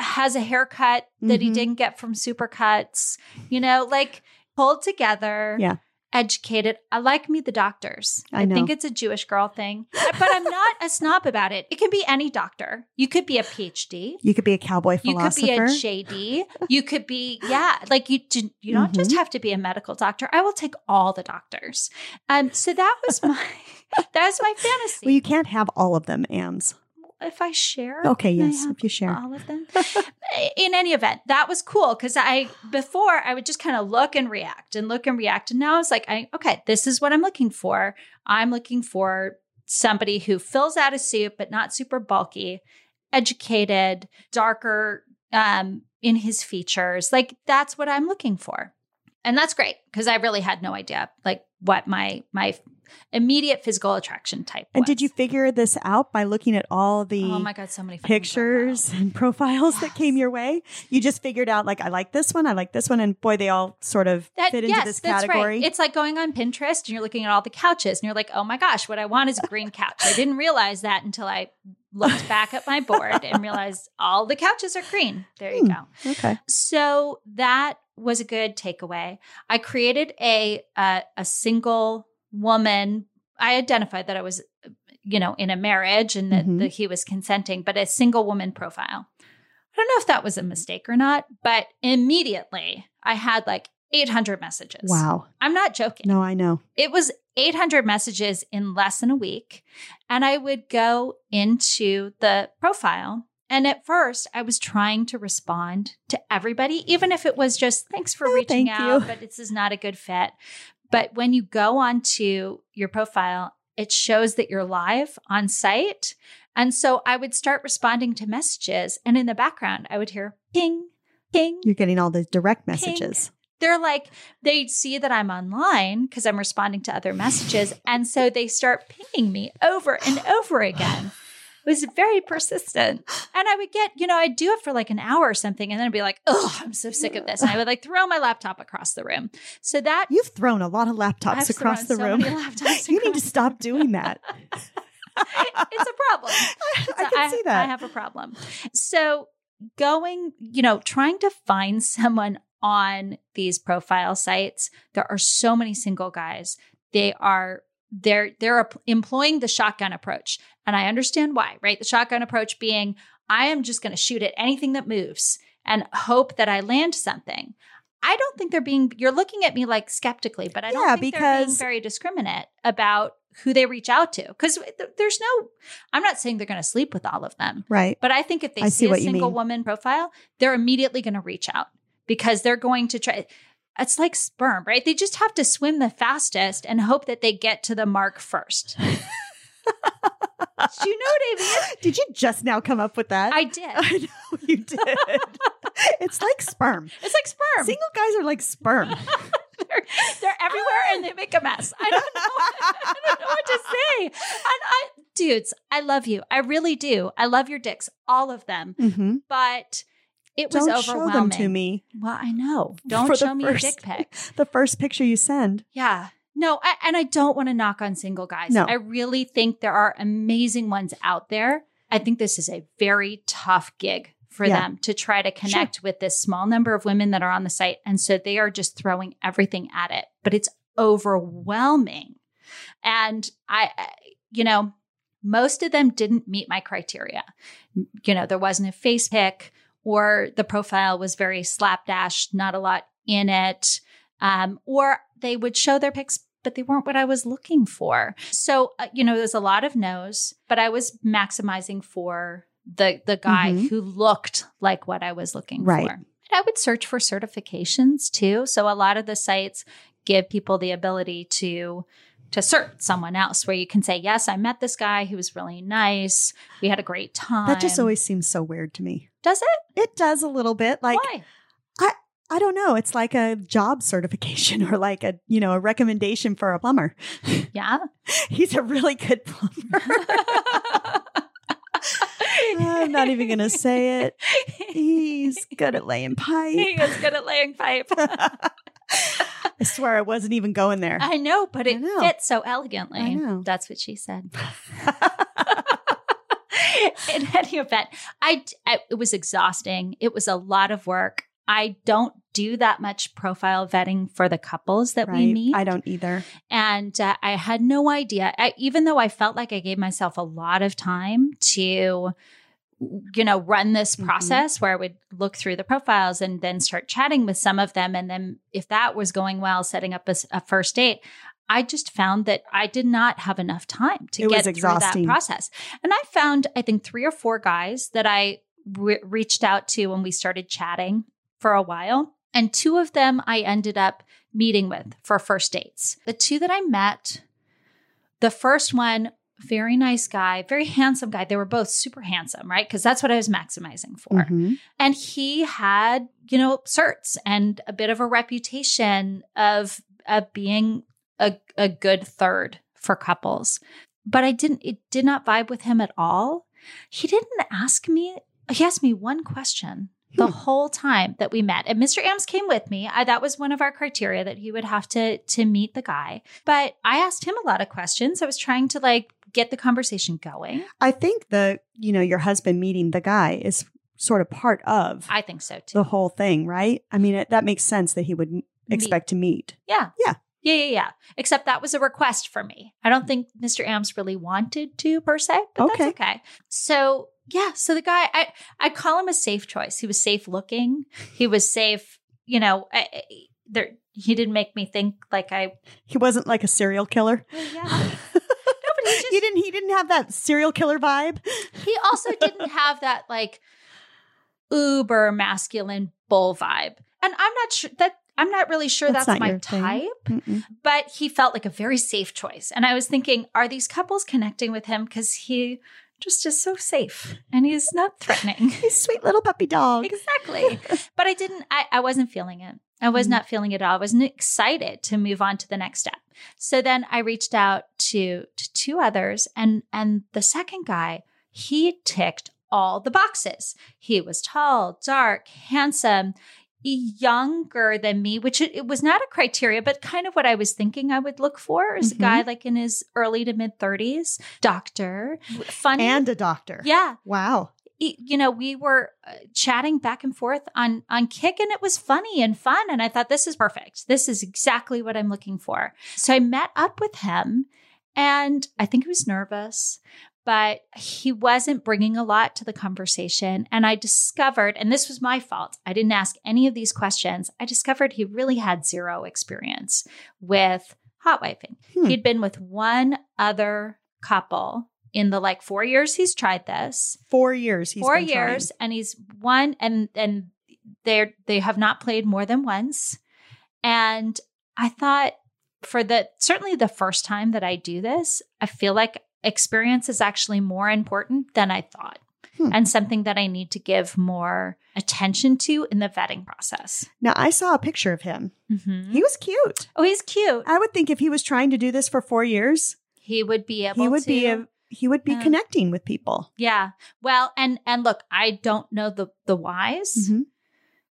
[SPEAKER 1] has a haircut that he
[SPEAKER 2] Mhm.
[SPEAKER 1] didn't get from Supercuts, you know, like pulled together.
[SPEAKER 2] Yeah.
[SPEAKER 1] Educated. I like me the doctors.
[SPEAKER 2] I
[SPEAKER 1] think
[SPEAKER 2] know.
[SPEAKER 1] it's a Jewish girl thing, but I'm not a snob about it. It can be any doctor. You could be a PhD.
[SPEAKER 2] You could be a cowboy
[SPEAKER 1] You could
[SPEAKER 2] philosopher.
[SPEAKER 1] be a JD. You could be, yeah, like you. do- You
[SPEAKER 2] Mm-hmm.
[SPEAKER 1] don't just have to be a medical doctor. I will take all the doctors. Um, so that was my (laughs) That's my fantasy.
[SPEAKER 2] Well, you can't have all of them, AMs.
[SPEAKER 1] if I share,
[SPEAKER 2] Okay,
[SPEAKER 1] can I
[SPEAKER 2] yes,
[SPEAKER 1] have
[SPEAKER 2] if you share.
[SPEAKER 1] all of them. In any event, that was cool because I before I would just kind of look and react and look and react, and now I was like, I, okay, this is what I'm looking for. I'm looking for somebody who fills out a suit but not super bulky, educated, darker um, in his features. Like that's what I'm looking for, and that's great because I really had no idea like what my my immediate physical attraction type.
[SPEAKER 2] And did
[SPEAKER 1] was.
[SPEAKER 2] you figure this out by looking at all the
[SPEAKER 1] Oh my god, so many fucking
[SPEAKER 2] pictures
[SPEAKER 1] profiles.
[SPEAKER 2] and profiles that came
[SPEAKER 1] Yes.
[SPEAKER 2] your way? You just figured out, like, I like this one, I like this one, and boy, they all sort of
[SPEAKER 1] That,
[SPEAKER 2] fit into
[SPEAKER 1] yes,
[SPEAKER 2] this
[SPEAKER 1] that's
[SPEAKER 2] category.
[SPEAKER 1] right. It's like going on Pinterest and you're looking at all the couches and you're like, oh my gosh, what I want is a green couch. I didn't realize that until I looked back at my board and realized all the couches are green. There you
[SPEAKER 2] Hmm.
[SPEAKER 1] go.
[SPEAKER 2] Okay.
[SPEAKER 1] So that was a good takeaway. I created a uh, a single woman. I identified that I was, you know, in a marriage and that,
[SPEAKER 2] Mhm.
[SPEAKER 1] that he was consenting, but a single woman profile. I don't know if that was a mistake or not, but immediately I had like 800 messages.
[SPEAKER 2] Wow.
[SPEAKER 1] I'm not joking
[SPEAKER 2] No, I know.
[SPEAKER 1] it was 800 messages in less than a week. And I would go into the profile. And at first, I was trying to respond to everybody, even if it was just thanks for
[SPEAKER 2] Oh,
[SPEAKER 1] reaching
[SPEAKER 2] thank
[SPEAKER 1] out,
[SPEAKER 2] you."
[SPEAKER 1] but this is not a good fit. But when you go onto your profile, it shows that you're live on site. And so I would start responding to messages. And in the background, I would hear ping, ping,
[SPEAKER 2] You're getting all the direct
[SPEAKER 1] Pink.
[SPEAKER 2] messages.
[SPEAKER 1] they're like they see that I'm online because I'm responding to other messages, and so they start pinging me over and over again. It was very persistent, and I would get you know I'd do it for like an hour or something, and then I'd be like, oh, I'm so sick of this, and I would like throw my laptop across the room. So that
[SPEAKER 2] You've thrown a lot of laptops
[SPEAKER 1] I've
[SPEAKER 2] across the
[SPEAKER 1] thrown so
[SPEAKER 2] room.
[SPEAKER 1] many laptops
[SPEAKER 2] (laughs) you need to
[SPEAKER 1] across-
[SPEAKER 2] stop doing that.
[SPEAKER 1] (laughs) it's a problem.
[SPEAKER 2] I
[SPEAKER 1] So
[SPEAKER 2] can see
[SPEAKER 1] (laughs)
[SPEAKER 2] that.
[SPEAKER 1] I have a problem. So going, you know, trying to find (laughs) someone on these profile sites, there are so many single guys. They are they're they're ap- employing the shotgun approach, and I understand why, right? The shotgun approach being I am just going to shoot at anything that moves and hope that I land something. I don't think they're being you're looking at me like skeptically, but I don't
[SPEAKER 2] Yeah,
[SPEAKER 1] think they're being
[SPEAKER 2] because-
[SPEAKER 1] very discriminate about who they reach out to cuz there's no I'm not saying they're going to sleep with all of them,
[SPEAKER 2] right.
[SPEAKER 1] but I think if they
[SPEAKER 2] I
[SPEAKER 1] see,
[SPEAKER 2] see
[SPEAKER 1] a
[SPEAKER 2] what you
[SPEAKER 1] single
[SPEAKER 2] mean.
[SPEAKER 1] woman profile, they're immediately going to reach out because they're going to try. It's like sperm, right? They just have to swim the fastest and hope that they get to the mark
[SPEAKER 2] (laughs)
[SPEAKER 1] first. Do you know what I mean?
[SPEAKER 2] (laughs) Did you just now come up with that?
[SPEAKER 1] I did.
[SPEAKER 2] (laughs) I know you did.
[SPEAKER 1] (laughs)
[SPEAKER 2] it's like sperm.
[SPEAKER 1] It's like sperm.
[SPEAKER 2] Single guys are like sperm.
[SPEAKER 1] They're, they're everywhere and they make a mess. I don't know. (laughs) (laughs) I don't know what to say. And I, dudes, I love you. I really do. I love your dicks, all of them.
[SPEAKER 2] mm-hmm.
[SPEAKER 1] But it was
[SPEAKER 2] Don't show
[SPEAKER 1] overwhelming.
[SPEAKER 2] them to me.
[SPEAKER 1] Well, I know. Don't
[SPEAKER 2] for the
[SPEAKER 1] show me your
[SPEAKER 2] first-
[SPEAKER 1] dick pic.
[SPEAKER 2] The first picture you send.
[SPEAKER 1] Yeah. No, I, and I don't want to knock on single guys.
[SPEAKER 2] No.
[SPEAKER 1] I really think there are amazing ones out there. I think this is a very tough gig for
[SPEAKER 2] Yeah.
[SPEAKER 1] them to try to connect with this small number of women that are on the site. And so they are just throwing everything at it, but it's overwhelming. And I, I- you know, most of them didn't meet my criteria. M- You know, there wasn't a face pick or the profile was very slapdash, not a lot in it um, or they would show their pics but they weren't what i was looking for so uh, you know there's a lot of no's but i was maximizing for the the guy
[SPEAKER 2] Mhm.
[SPEAKER 1] who looked like what i was looking
[SPEAKER 2] Right.
[SPEAKER 1] for and i would search for certifications too so a lot of the sites give people the ability to to cert someone else where you can say yes i met this guy he was really nice we had a great time
[SPEAKER 2] That just always seems so weird to me.
[SPEAKER 1] does it
[SPEAKER 2] It does a little bit. Like
[SPEAKER 1] why
[SPEAKER 2] I don't know. It's like a job certification (laughs) or like a you know a recommendation for a plumber. (laughs)
[SPEAKER 1] yeah (laughs)
[SPEAKER 2] He's a really good (laughs) plumber. I'm not
[SPEAKER 1] (laughs)
[SPEAKER 2] even gonna say it. He's good at laying pipe.
[SPEAKER 1] he is good at laying
[SPEAKER 2] (laughs)
[SPEAKER 1] pipe.
[SPEAKER 2] I swear I wasn't even going there.
[SPEAKER 1] I know, but
[SPEAKER 2] I
[SPEAKER 1] it
[SPEAKER 2] know.
[SPEAKER 1] fits so elegantly.
[SPEAKER 2] I know.
[SPEAKER 1] That's what she
[SPEAKER 2] (laughs)
[SPEAKER 1] said. (laughs) In any event, I, d- I- it was exhausting. It was a lot of work. I don't do that much profile vetting for the couples that we
[SPEAKER 2] Right?
[SPEAKER 1] meet,
[SPEAKER 2] I don't either.
[SPEAKER 1] and uh, I had no idea. I, even though I felt like I gave myself a lot of time to you know run this
[SPEAKER 2] Mhm.
[SPEAKER 1] process where i would look through the profiles and then start chatting with some of them and then if that was going well setting up a, s- a first date I just found that I did not have enough time to
[SPEAKER 2] It was
[SPEAKER 1] get through that
[SPEAKER 2] exhausting.
[SPEAKER 1] process. And I found, I think, three or four guys that I re- reached out to when we started chatting for a while. And two of them I ended up meeting with for first dates. The two that I met, the first one, very nice guy, very handsome guy. They were both super handsome, right? Because that's what I was maximizing for.
[SPEAKER 2] Mhm.
[SPEAKER 1] And he had, you know, certs and a bit of a reputation of of being a, a good third for couples. But I didn't it did not vibe with him at all. He didn't ask me he asked me one question the
[SPEAKER 2] Hmm.
[SPEAKER 1] whole time that we met. And Mr. Ams came with me. I, that was one of our criteria that he would have to to meet the guy. But I asked him a lot of questions. I was trying to like get the conversation going.
[SPEAKER 2] I think the, you know, your husband meeting the guy is sort of part of
[SPEAKER 1] I think so too.
[SPEAKER 2] the whole thing, right? I mean, it, that makes sense that he would m-
[SPEAKER 1] Meet.
[SPEAKER 2] expect to meet.
[SPEAKER 1] Yeah.
[SPEAKER 2] Yeah.
[SPEAKER 1] Yeah, yeah, yeah. Except that was a request for me. I don't think Mr. Ams really wanted to per se, but
[SPEAKER 2] Okay.
[SPEAKER 1] that's okay. So yeah, so the guy, I I call him a safe choice. He was safe looking. He was safe. You know, I, I- there he didn't make me think like I.
[SPEAKER 2] He wasn't like a serial
[SPEAKER 1] (laughs)
[SPEAKER 2] killer.
[SPEAKER 1] Well, yeah. he's just-
[SPEAKER 2] (laughs) he didn't. He didn't have that serial killer vibe.
[SPEAKER 1] He also didn't have that like uber masculine bull vibe, and I'm not sure that I'm not really sure
[SPEAKER 2] That's
[SPEAKER 1] that's,
[SPEAKER 2] not
[SPEAKER 1] my
[SPEAKER 2] your thing.
[SPEAKER 1] type.
[SPEAKER 2] Mm-mm.
[SPEAKER 1] but he felt like a very safe choice. And I was thinking, are these couples connecting with him? Because he just is so safe and he's not threatening.
[SPEAKER 2] (laughs) He's a sweet little puppy (laughs) dog.
[SPEAKER 1] exactly. But I didn't, I, I wasn't feeling it. I was
[SPEAKER 2] Mhm.
[SPEAKER 1] not feeling it at all. I wasn't excited to move on to the next step. So then I reached out to, to two others and and the second guy, he ticked all the boxes. He was tall, dark, handsome, younger than me, which it, it was not a criteria, but kind of what I was thinking I would look for is
[SPEAKER 2] Mhm.
[SPEAKER 1] a guy like in his early to mid 30s, doctor, funny.
[SPEAKER 2] And a doctor.
[SPEAKER 1] yeah,
[SPEAKER 2] Wow.
[SPEAKER 1] y- you know we were uh, chatting back and forth on on kick and it was funny and fun and i thought this is perfect this is exactly what i'm looking for so i met up with him and i think he was nervous but he wasn't bringing a lot to the conversation and i discovered and this was my fault i didn't ask any of these questions i discovered he really had zero experience with hot wiping
[SPEAKER 2] Hmm.
[SPEAKER 1] he'd been with one other couple in the like four years he's tried this
[SPEAKER 2] Four years. He's
[SPEAKER 1] four
[SPEAKER 2] been trying.
[SPEAKER 1] years and he's won and and they're they have not played more than once and i thought for the certainly the first time that i do this i feel like experience is actually more important than i thought
[SPEAKER 2] Hmm.
[SPEAKER 1] and something that i need to give more attention to in the vetting process
[SPEAKER 2] Now I saw a picture of him.
[SPEAKER 1] Mhm.
[SPEAKER 2] He was cute.
[SPEAKER 1] oh he's cute
[SPEAKER 2] I would think if he was trying to do this for four years,
[SPEAKER 1] he would be able
[SPEAKER 2] he would
[SPEAKER 1] to
[SPEAKER 2] be a, he would be
[SPEAKER 1] Yeah.
[SPEAKER 2] connecting with people.
[SPEAKER 1] yeah well and and look i don't know the the whys
[SPEAKER 2] Mhm.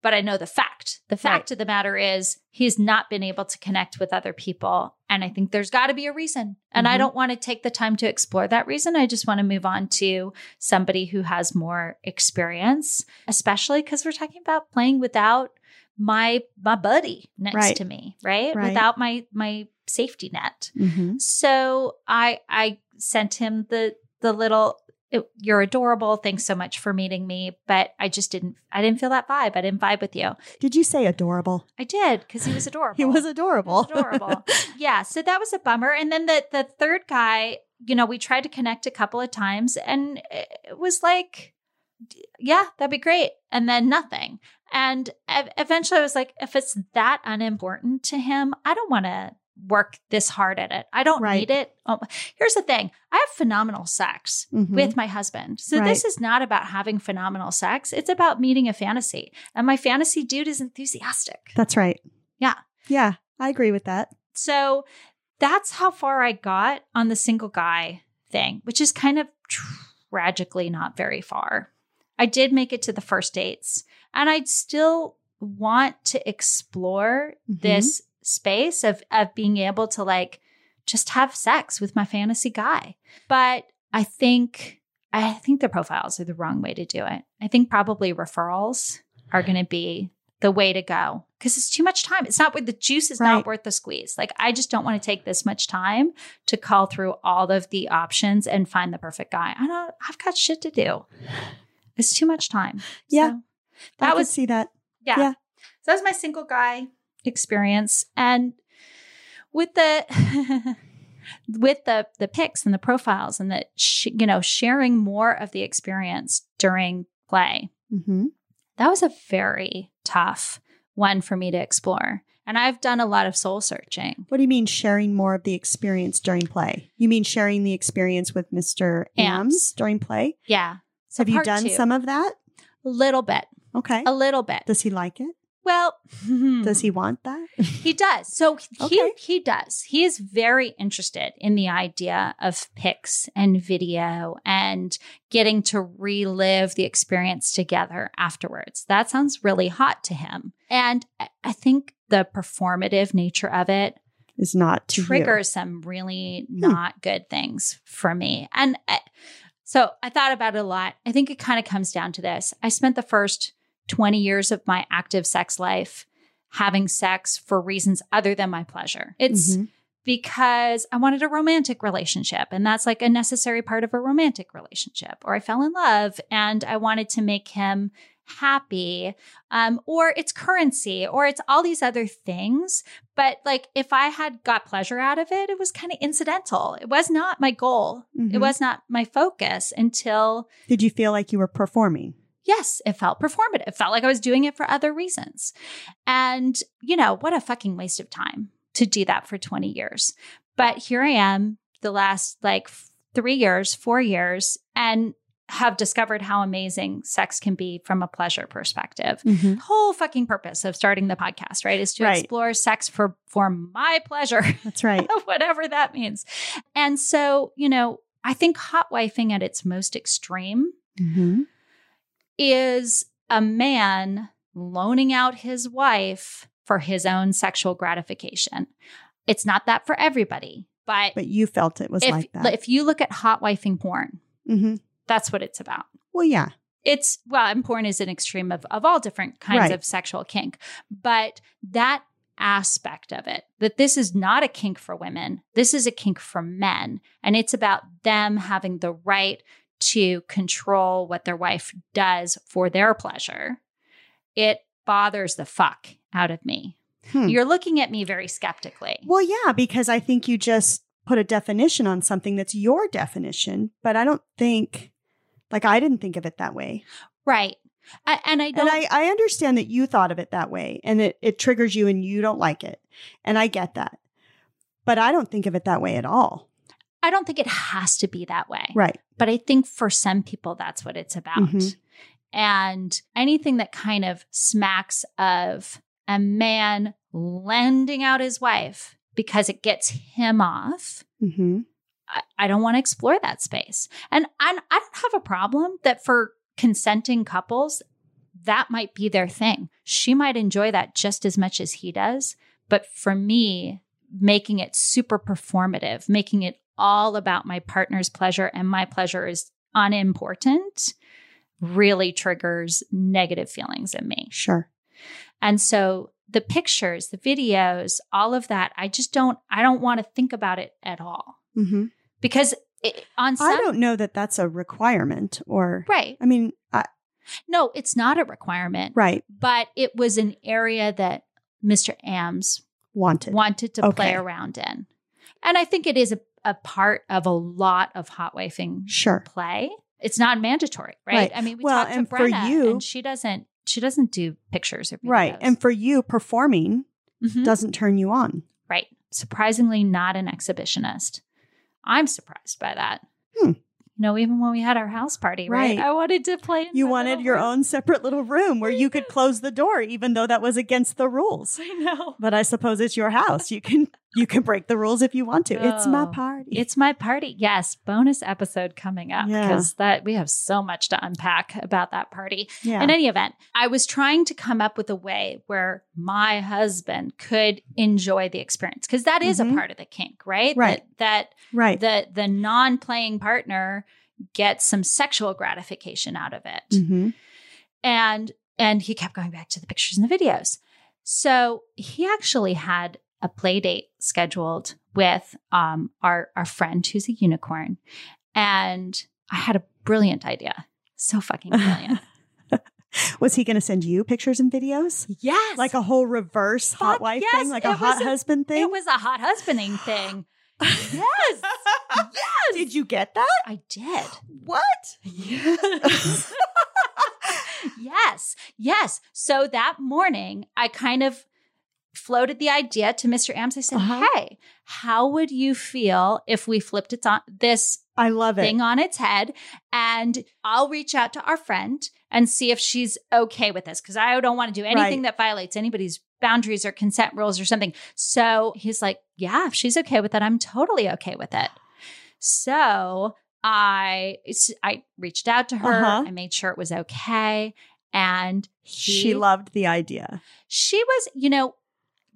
[SPEAKER 1] but I know the fact. The fact of the matter is he's not been able to connect with other people. And I think there's got to be a reason. And I
[SPEAKER 2] Mhm.
[SPEAKER 1] don't want to take the time to explore that reason. I just want to move on to somebody who has more experience, especially because we're talking about playing without my my buddy next
[SPEAKER 2] Right.
[SPEAKER 1] to me, right?
[SPEAKER 2] Right.
[SPEAKER 1] Without my my safety net.
[SPEAKER 2] mm-hmm.
[SPEAKER 1] So I I sent him the the little "It- you're adorable. Thanks so much for meeting me, but I just didn't I didn't feel that vibe. I didn't vibe with you.
[SPEAKER 2] Did you say adorable?
[SPEAKER 1] I did because he was adorable.
[SPEAKER 2] (laughs) He was
[SPEAKER 1] He was
[SPEAKER 2] adorable. (laughs)
[SPEAKER 1] adorable. yeah. So that was a bummer. And then the the third guy, you know, we tried to connect a couple of times, and it was like, yeah, that'd be great. And then nothing. And ev- eventually, I was like, if it's that unimportant to him, I don't want to work this hard at it. I don't
[SPEAKER 2] Right.
[SPEAKER 1] need it. Oh, here's the thing: I have phenomenal sex
[SPEAKER 2] Mhm.
[SPEAKER 1] with my husband. So this is not about having phenomenal sex. It's about meeting a fantasy. And my fantasy dude is enthusiastic.
[SPEAKER 2] That's right.
[SPEAKER 1] Yeah.
[SPEAKER 2] Yeah. I agree with that.
[SPEAKER 1] So that's how far I got on the single guy thing, which is kind of tragically not very far. I did make it to the first dates, and I'd still want to explore
[SPEAKER 2] Mhm.
[SPEAKER 1] this space of of being able to like just have sex with my fantasy guy. But I think I think the profiles are the wrong way to do it. I think probably referrals are going to be the way to go because it's too much time. It's not worth the juice is
[SPEAKER 2] Right.
[SPEAKER 1] not worth the squeeze. Like I just don't want to take this much time to call through all of the options and find the perfect guy. I don't. I've got shit to do. It's too much time.
[SPEAKER 2] Yeah.
[SPEAKER 1] So,
[SPEAKER 2] I
[SPEAKER 1] that
[SPEAKER 2] could
[SPEAKER 1] was
[SPEAKER 2] see that.
[SPEAKER 1] yeah.
[SPEAKER 2] Yeah.
[SPEAKER 1] So that was my single guy experience. And with the (laughs) with the the pics and the profiles and the sh- you know sharing more of the experience during play.
[SPEAKER 2] Mm-hmm.
[SPEAKER 1] That was a very tough one for me to explore. And I've done a lot of soul searching.
[SPEAKER 2] What do you mean sharing more of the experience during play? You mean sharing the experience with Mr. Ams,
[SPEAKER 1] Ams.
[SPEAKER 2] during play?
[SPEAKER 1] Yeah. So
[SPEAKER 2] Have you
[SPEAKER 1] part
[SPEAKER 2] done
[SPEAKER 1] two.
[SPEAKER 2] some of that?
[SPEAKER 1] A little bit.
[SPEAKER 2] Okay.
[SPEAKER 1] A little bit.
[SPEAKER 2] Does he like it?
[SPEAKER 1] well, (laughs)
[SPEAKER 2] Does Mm-hmm. (laughs) he want that?
[SPEAKER 1] He does. So he
[SPEAKER 2] Okay.
[SPEAKER 1] he does. He is very interested in the idea of pics and video and getting to relive the experience together afterwards. That sounds really hot to him. And I- I think the performative nature of it
[SPEAKER 2] Is not to you. Hmm.
[SPEAKER 1] trigger some really not good things for me. And I, so I thought about it a lot. I think it kind of comes down to this. I spent the first 20 years of my active sex life having sex for reasons other than my pleasure. It's
[SPEAKER 2] Mhm.
[SPEAKER 1] because I wanted a romantic relationship, and that's like a necessary part of a romantic relationship. Or I fell in love and I wanted to make him happy, um, or it's currency, or it's all these other things. But like, if I had got pleasure out of it, it was kind of incidental. It was not my goal, it
[SPEAKER 2] Mhm.
[SPEAKER 1] was not my focus until,
[SPEAKER 2] Did you feel like you were performing?
[SPEAKER 1] yes, it felt performative. It felt like I was doing it for other reasons. And, you know, what a fucking waste of time to do that for 20 years. But here I am, the last like f- three years, four years, and have discovered how amazing sex can be from a pleasure perspective.
[SPEAKER 2] Mm-hmm.
[SPEAKER 1] The whole fucking purpose of starting the podcast, right, is to
[SPEAKER 2] Right.
[SPEAKER 1] explore sex for for my pleasure, (laughs)
[SPEAKER 2] That's (laughs) right.
[SPEAKER 1] whatever that means. And so, you know, I think hot wifing at its most extreme
[SPEAKER 2] Mhm.
[SPEAKER 1] is a man loaning out his wife for his own sexual gratification. It's not that for everybody, but,
[SPEAKER 2] But you felt it was
[SPEAKER 1] if,
[SPEAKER 2] like that.
[SPEAKER 1] if you look at hot wifing porn,
[SPEAKER 2] hmm
[SPEAKER 1] that's what it's about.
[SPEAKER 2] Well, yeah.
[SPEAKER 1] Mm-hmm. It's well, and porn is an extreme of, of all different kinds
[SPEAKER 2] Right.
[SPEAKER 1] of sexual kink, but that aspect of it that this is not a kink for women, this is a kink for men, and it's about them having the right to control what their wife does for their pleasure. It bothers the fuck out of me.
[SPEAKER 2] Hmm.
[SPEAKER 1] You're looking at me very skeptically.
[SPEAKER 2] Well, yeah, because I think you just put a definition on something that's your definition, but I don't think, like, I didn't think of it that way.
[SPEAKER 1] right. A- and I
[SPEAKER 2] And
[SPEAKER 1] don't
[SPEAKER 2] I, I understand that you thought of it that way and it, it triggers you and you don't like it. And I get that. But I don't think of it that way at all.
[SPEAKER 1] I don't think it has to be that way.
[SPEAKER 2] Right.
[SPEAKER 1] But I think for some people, that's what it's about.
[SPEAKER 2] Mhm.
[SPEAKER 1] And anything that kind of smacks of a man lending out his wife because it gets him off,
[SPEAKER 2] Mm-hmm.
[SPEAKER 1] I, I don't want to explore that space. And I, I don't have a problem that for consenting couples, that might be their thing. She might enjoy that just as much as he does. But for me, making it super performative, making it all about my partner's pleasure and my pleasure is unimportant, really triggers negative feelings in me.
[SPEAKER 2] Sure.
[SPEAKER 1] And so the pictures, the videos, all of that, I just don't, I don't want to think about it at all
[SPEAKER 2] Mm-hmm.
[SPEAKER 1] because it, on
[SPEAKER 2] I
[SPEAKER 1] some
[SPEAKER 2] don't know that that's a requirement or,
[SPEAKER 1] right
[SPEAKER 2] I mean, I,
[SPEAKER 1] no it's not a requirement
[SPEAKER 2] right,
[SPEAKER 1] but it was an area that mr ams
[SPEAKER 2] wanted.
[SPEAKER 1] wanted to play
[SPEAKER 2] Okay.
[SPEAKER 1] around in and i think it is a, a part of a lot of hot wifing
[SPEAKER 2] Sure.
[SPEAKER 1] play it's not mandatory right,
[SPEAKER 2] Right.
[SPEAKER 1] i mean we
[SPEAKER 2] Well,
[SPEAKER 1] talked to
[SPEAKER 2] and for
[SPEAKER 1] Brenna,
[SPEAKER 2] you-
[SPEAKER 1] and she doesn't she doesn't do pictures or videos.
[SPEAKER 2] Right. And for you, performing
[SPEAKER 1] Mhm.
[SPEAKER 2] doesn't turn you on.
[SPEAKER 1] right surprisingly not an exhibitionist i'm surprised by that
[SPEAKER 2] Hmm.
[SPEAKER 1] you know even when we had our house party right,
[SPEAKER 2] Right.
[SPEAKER 1] i wanted to play in
[SPEAKER 2] You
[SPEAKER 1] my
[SPEAKER 2] wanted
[SPEAKER 1] little
[SPEAKER 2] your
[SPEAKER 1] room.
[SPEAKER 2] own separate little room where you could close the door, even though that was against the rules.
[SPEAKER 1] i know
[SPEAKER 2] But (laughs) I suppose it's your house. You can you can break the rules if you want to. It's my
[SPEAKER 1] Oh,
[SPEAKER 2] party.
[SPEAKER 1] It's my party. Yes, bonus episode coming up
[SPEAKER 2] Yeah.
[SPEAKER 1] because that we have so much to unpack about that party.
[SPEAKER 2] yeah.
[SPEAKER 1] In any event, I was trying to come up with a way where my husband could enjoy the experience because that is a
[SPEAKER 2] Mhm.
[SPEAKER 1] part of the kink, right?
[SPEAKER 2] Right.
[SPEAKER 1] That,
[SPEAKER 2] right.
[SPEAKER 1] that the the non-playing partner gets some sexual gratification out of it
[SPEAKER 2] Mhm.
[SPEAKER 1] and and he kept going back to the pictures and the videos so he actually had a play date scheduled with um, our our friend who's a unicorn
[SPEAKER 2] (laughs)
[SPEAKER 1] and i had a brilliant idea so fucking brilliant
[SPEAKER 2] Was he going to send you pictures and videos?
[SPEAKER 1] Yes.
[SPEAKER 2] Like a whole reverse hot
[SPEAKER 1] Fuck
[SPEAKER 2] wife
[SPEAKER 1] yes,
[SPEAKER 2] thing, like a
[SPEAKER 1] it
[SPEAKER 2] hot
[SPEAKER 1] was a-
[SPEAKER 2] husband thing?
[SPEAKER 1] It was a hot husbanding
[SPEAKER 2] (gasps)
[SPEAKER 1] thing.
[SPEAKER 2] (laughs)
[SPEAKER 1] yes,
[SPEAKER 2] Did you get that?
[SPEAKER 1] I did.
[SPEAKER 2] What?
[SPEAKER 1] (laughs) Yes. yes. Yes. So that morning, I kind of floated the idea to Mr. Ams. I said,
[SPEAKER 2] Uh-huh.
[SPEAKER 1] Hey, how would you feel if we flipped its on this
[SPEAKER 2] I love it.
[SPEAKER 1] thing on its head? And I'll reach out to our friend and see if she's okay with this because I don't want to do anything
[SPEAKER 2] Right.
[SPEAKER 1] that violates anybody's boundaries or consent rules or something. So he's like, Yeah, if she's okay with it, I'm totally okay with it. So I s- I reached out to her.
[SPEAKER 2] Uh-huh.
[SPEAKER 1] I made sure it was okay, and he,
[SPEAKER 2] She loved the idea.
[SPEAKER 1] She was, you know,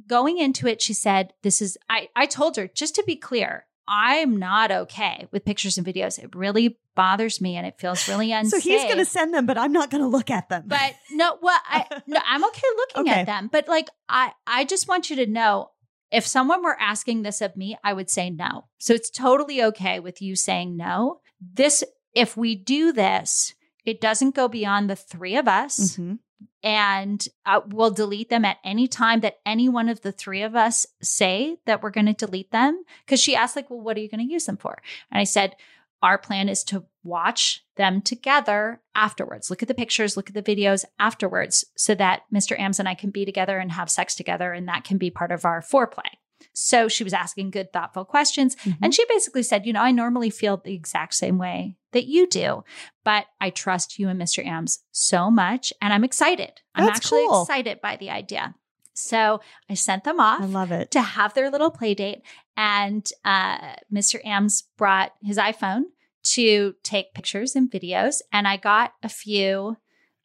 [SPEAKER 1] going into it. She said, "This is." I I told her just to be clear. I'm not okay with pictures and videos. It really bothers me, and it feels really unsafe.
[SPEAKER 2] (laughs) So he's going to send them, but I'm not going to look at them.
[SPEAKER 1] (laughs) But no, well,
[SPEAKER 2] (laughs)
[SPEAKER 1] I no, I'm okay looking
[SPEAKER 2] Okay.
[SPEAKER 1] at them. But like, I I just want you to know if someone were asking this of me, I would say no. So it's totally okay with you saying no. This, if we do this, it doesn't go beyond the three of us,
[SPEAKER 2] Mhm.
[SPEAKER 1] and uh, we'll delete them at any time that any one of the three of us say that we're going to delete them. Because she asked, like, well, what are you going to use them for? And I said, our plan is to watch them together afterwards. Look at the pictures, look at the videos afterwards so that Mr. Ams and I can be together and have sex together. And that can be part of our foreplay. So she was asking good, thoughtful questions.
[SPEAKER 2] Mhm.
[SPEAKER 1] And she basically said, You know, I normally feel the exact same way that you do, but I trust you and Mr. Ams so much. And I'm excited. I'm
[SPEAKER 2] That's
[SPEAKER 1] actually
[SPEAKER 2] cool.
[SPEAKER 1] excited by the idea. So I sent them off
[SPEAKER 2] I love
[SPEAKER 1] (laughs)
[SPEAKER 2] it.
[SPEAKER 1] uh, to have their little play date. And uh, Mr. Ams brought his iPhone to take pictures and videos. And I got a few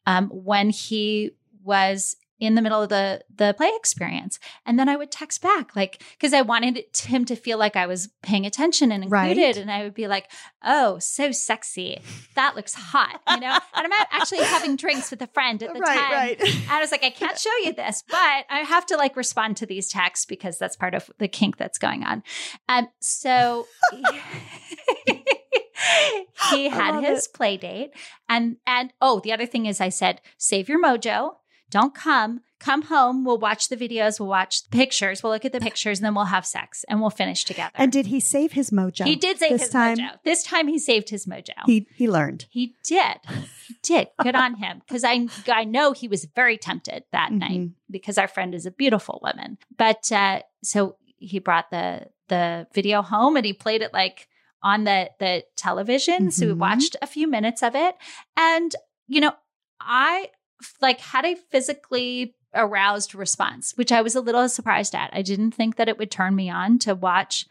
[SPEAKER 1] um, when he was in the middle of the the play experience. And then I would text back, like, because I wanted it- him to feel like I was paying attention and
[SPEAKER 2] Right.
[SPEAKER 1] included. And I would be like, oh, so sexy. That looks hot. You know? and I'm out actually having drinks with a friend at the
[SPEAKER 2] (laughs) right,
[SPEAKER 1] time.
[SPEAKER 2] right.
[SPEAKER 1] I was like, I can't show you this, but I have to like respond to these texts because that's part of the kink that's going on. Um, so (laughs) he
[SPEAKER 2] I
[SPEAKER 1] had
[SPEAKER 2] love
[SPEAKER 1] his play date, and and oh, the other thing is, I said, save your mojo. Don't come. Come home. We'll watch the videos. We'll watch the pictures. We'll look at the pictures, and then we'll have sex, and we'll finish together.
[SPEAKER 2] And did he save his mojo?
[SPEAKER 1] he did save
[SPEAKER 2] this
[SPEAKER 1] his
[SPEAKER 2] time-
[SPEAKER 1] mojo. This time, he saved his mojo.
[SPEAKER 2] He he learned.
[SPEAKER 1] He did. He did. Good on him. Because I I know he was very tempted that night
[SPEAKER 2] Mhm.
[SPEAKER 1] because our friend is a beautiful woman. But uh, so he brought the the video home and he played it like on the the television. So we
[SPEAKER 2] Mhm.
[SPEAKER 1] watched a few minutes of it, and you know I f- like had a physically aroused response, which I was a little surprised at. I didn't think that it would turn me on to watch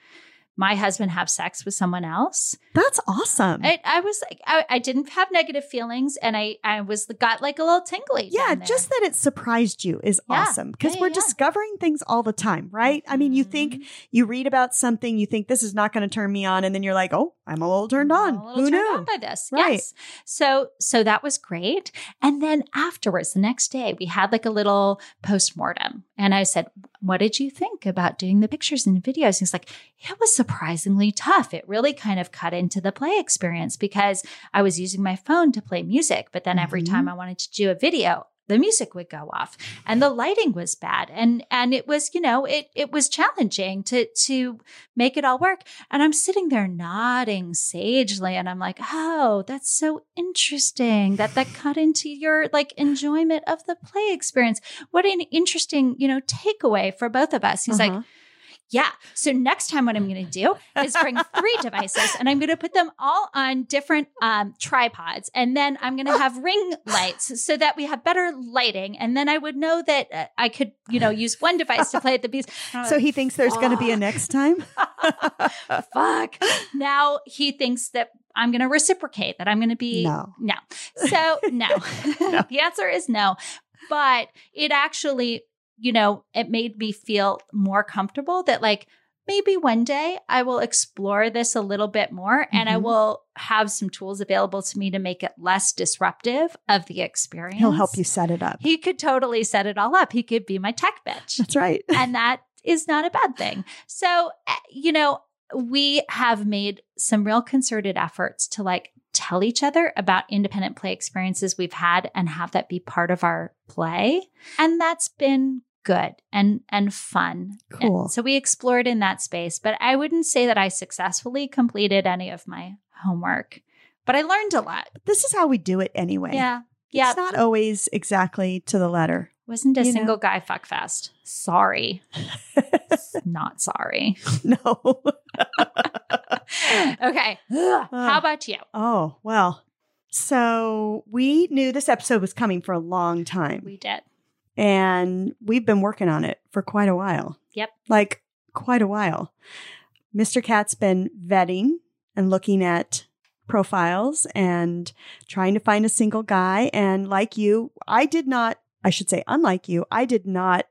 [SPEAKER 1] my husband have sex with someone else.
[SPEAKER 2] That's awesome.
[SPEAKER 1] I, I was like, I, I didn't have negative feelings, and I, I was got like a little tingly.
[SPEAKER 2] yeah,
[SPEAKER 1] down there.
[SPEAKER 2] just that it surprised you is
[SPEAKER 1] Yeah.
[SPEAKER 2] awesome because
[SPEAKER 1] Yeah,
[SPEAKER 2] we're
[SPEAKER 1] yeah, yeah.
[SPEAKER 2] discovering things all the time, right? I mean, you think
[SPEAKER 1] Mhm.
[SPEAKER 2] you read about something, you think this is not going to turn me on, and then you're like, oh, I'm a little turned on.
[SPEAKER 1] I'm a little turned
[SPEAKER 2] Who knew?
[SPEAKER 1] on by this?
[SPEAKER 2] Right.
[SPEAKER 1] Yes. So so that was great. And then afterwards, the next day, we had like a little postmortem, and I said, "What did you think about doing the pictures and videos?" And he's like, "It was surprisingly tough. It really kind of cut into the play experience because I was using my phone to play music, but then every
[SPEAKER 2] Mhm.
[SPEAKER 1] time I wanted to do a video." The music would go off and the lighting was bad. And and it was, you know, it it was challenging to to make it all work. And I'm sitting there nodding sagely, and I'm like, oh, that's so interesting that that cut into your like enjoyment of the play experience. What an interesting, you know, takeaway for both of us. He's like,
[SPEAKER 2] Uh-huh.
[SPEAKER 1] yeah. So next time, what I'm going to do is bring three devices, and I'm going to put them all on different um, tripods, and then I'm going to have ring lights so that we have better lighting, and then I would know that uh, I could, you know, use one device to play at the beast. And I'm like,
[SPEAKER 2] so he thinks there's going
[SPEAKER 1] (laughs)
[SPEAKER 2] to be a next time.
[SPEAKER 1] fuck. Now he thinks that I'm going to reciprocate, that I'm going to be.
[SPEAKER 2] no.
[SPEAKER 1] So,
[SPEAKER 2] (laughs)
[SPEAKER 1] no. (laughs) the answer is no. But it actually, you know, it made me feel more comfortable that, like, maybe one day I will explore this a little bit more and I
[SPEAKER 2] Mhm.
[SPEAKER 1] will have some tools available to me to make it less disruptive of the experience.
[SPEAKER 2] He'll help you set it up.
[SPEAKER 1] He could totally set it all up. He could be my tech bitch
[SPEAKER 2] That's right. (laughs)
[SPEAKER 1] and that is not a bad thing. So, eh, you know, we have made some real concerted efforts to like tell each other about independent play experiences we've had and have that be part of our play. And that's been good and and fun.
[SPEAKER 2] Cool.
[SPEAKER 1] And so we explored in that space, but I wouldn't say that I successfully completed any of my homework. But I learned a lot.
[SPEAKER 2] This is how we do it anyway.
[SPEAKER 1] Yeah. Yeah.
[SPEAKER 2] It's not always exactly to the letter. (laughs)
[SPEAKER 1] Wasn't a
[SPEAKER 2] you know.
[SPEAKER 1] single guy fuck fest.
[SPEAKER 2] (laughs)
[SPEAKER 1] Sorry. Not sorry.
[SPEAKER 2] no.
[SPEAKER 1] (laughs) okay. (laughs)
[SPEAKER 2] Uh,
[SPEAKER 1] How about you?
[SPEAKER 2] Oh, well. So we knew this episode was coming for a long time.
[SPEAKER 1] We did.
[SPEAKER 2] and we've been working on it for quite a while.
[SPEAKER 1] Yep.
[SPEAKER 2] Like quite a while. Mr. Cat's been vetting and looking at profiles and trying to find a single guy. And like you, I did not, I should say, unlike you, I did not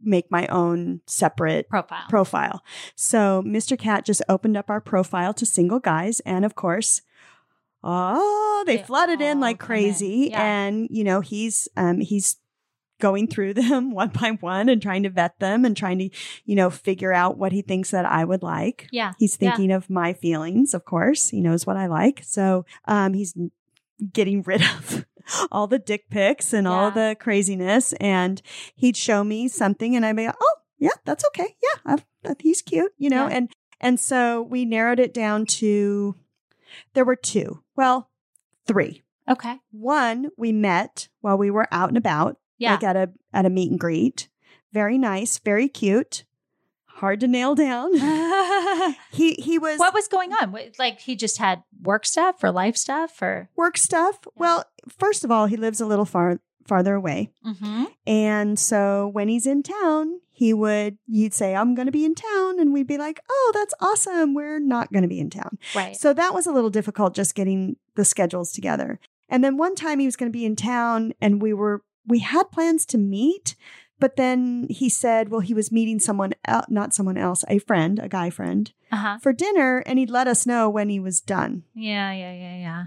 [SPEAKER 2] make my own separate
[SPEAKER 1] Profile.
[SPEAKER 2] profile. So Mr. Cat just opened up our profile to single guys, and of course, oh, they
[SPEAKER 1] They
[SPEAKER 2] flooded in
[SPEAKER 1] all
[SPEAKER 2] like
[SPEAKER 1] come in.
[SPEAKER 2] crazy.
[SPEAKER 1] Yeah.
[SPEAKER 2] And you know, he's um, he's going through (laughs) them one by one and trying to vet them and trying to you know figure out what he thinks that I would like.
[SPEAKER 1] yeah.
[SPEAKER 2] He's
[SPEAKER 1] Yeah.
[SPEAKER 2] thinking of my feelings, of course. He knows what I like. So um, he's n- getting rid (laughs) of all the dick pics and all
[SPEAKER 1] Yeah.
[SPEAKER 2] the craziness. And he'd show me something, and I'd be like, oh, yeah, that's okay. Yeah, i he's cute, you know?
[SPEAKER 1] Yeah.
[SPEAKER 2] And, and so we narrowed it down to there were two, well, three.
[SPEAKER 1] Okay.
[SPEAKER 2] One we met while we were out and about,
[SPEAKER 1] Yeah.
[SPEAKER 2] like at a at a meet and greet. Very nice, very cute, hard to
[SPEAKER 1] (laughs)
[SPEAKER 2] nail down. (laughs) he he was
[SPEAKER 1] what was going on? What- Like he just had work stuff or life stuff or
[SPEAKER 2] work stuff? Well, first of all, he lives a little far farther away. And so when he's in town, he would you'd say I'm going to be in town and we'd be like, "Oh, that's awesome. We're not going to be in town."
[SPEAKER 1] right.
[SPEAKER 2] So that was a little difficult just getting the schedules together. And then one time he was going to be in town and we were we had plans to meet, but then he said, "Well, he was meeting someone el- not someone else, a friend, a guy friend
[SPEAKER 1] uh huh.
[SPEAKER 2] for dinner and he'd let us know when he was done."
[SPEAKER 1] Yeah. Yeah. Yeah. Yeah.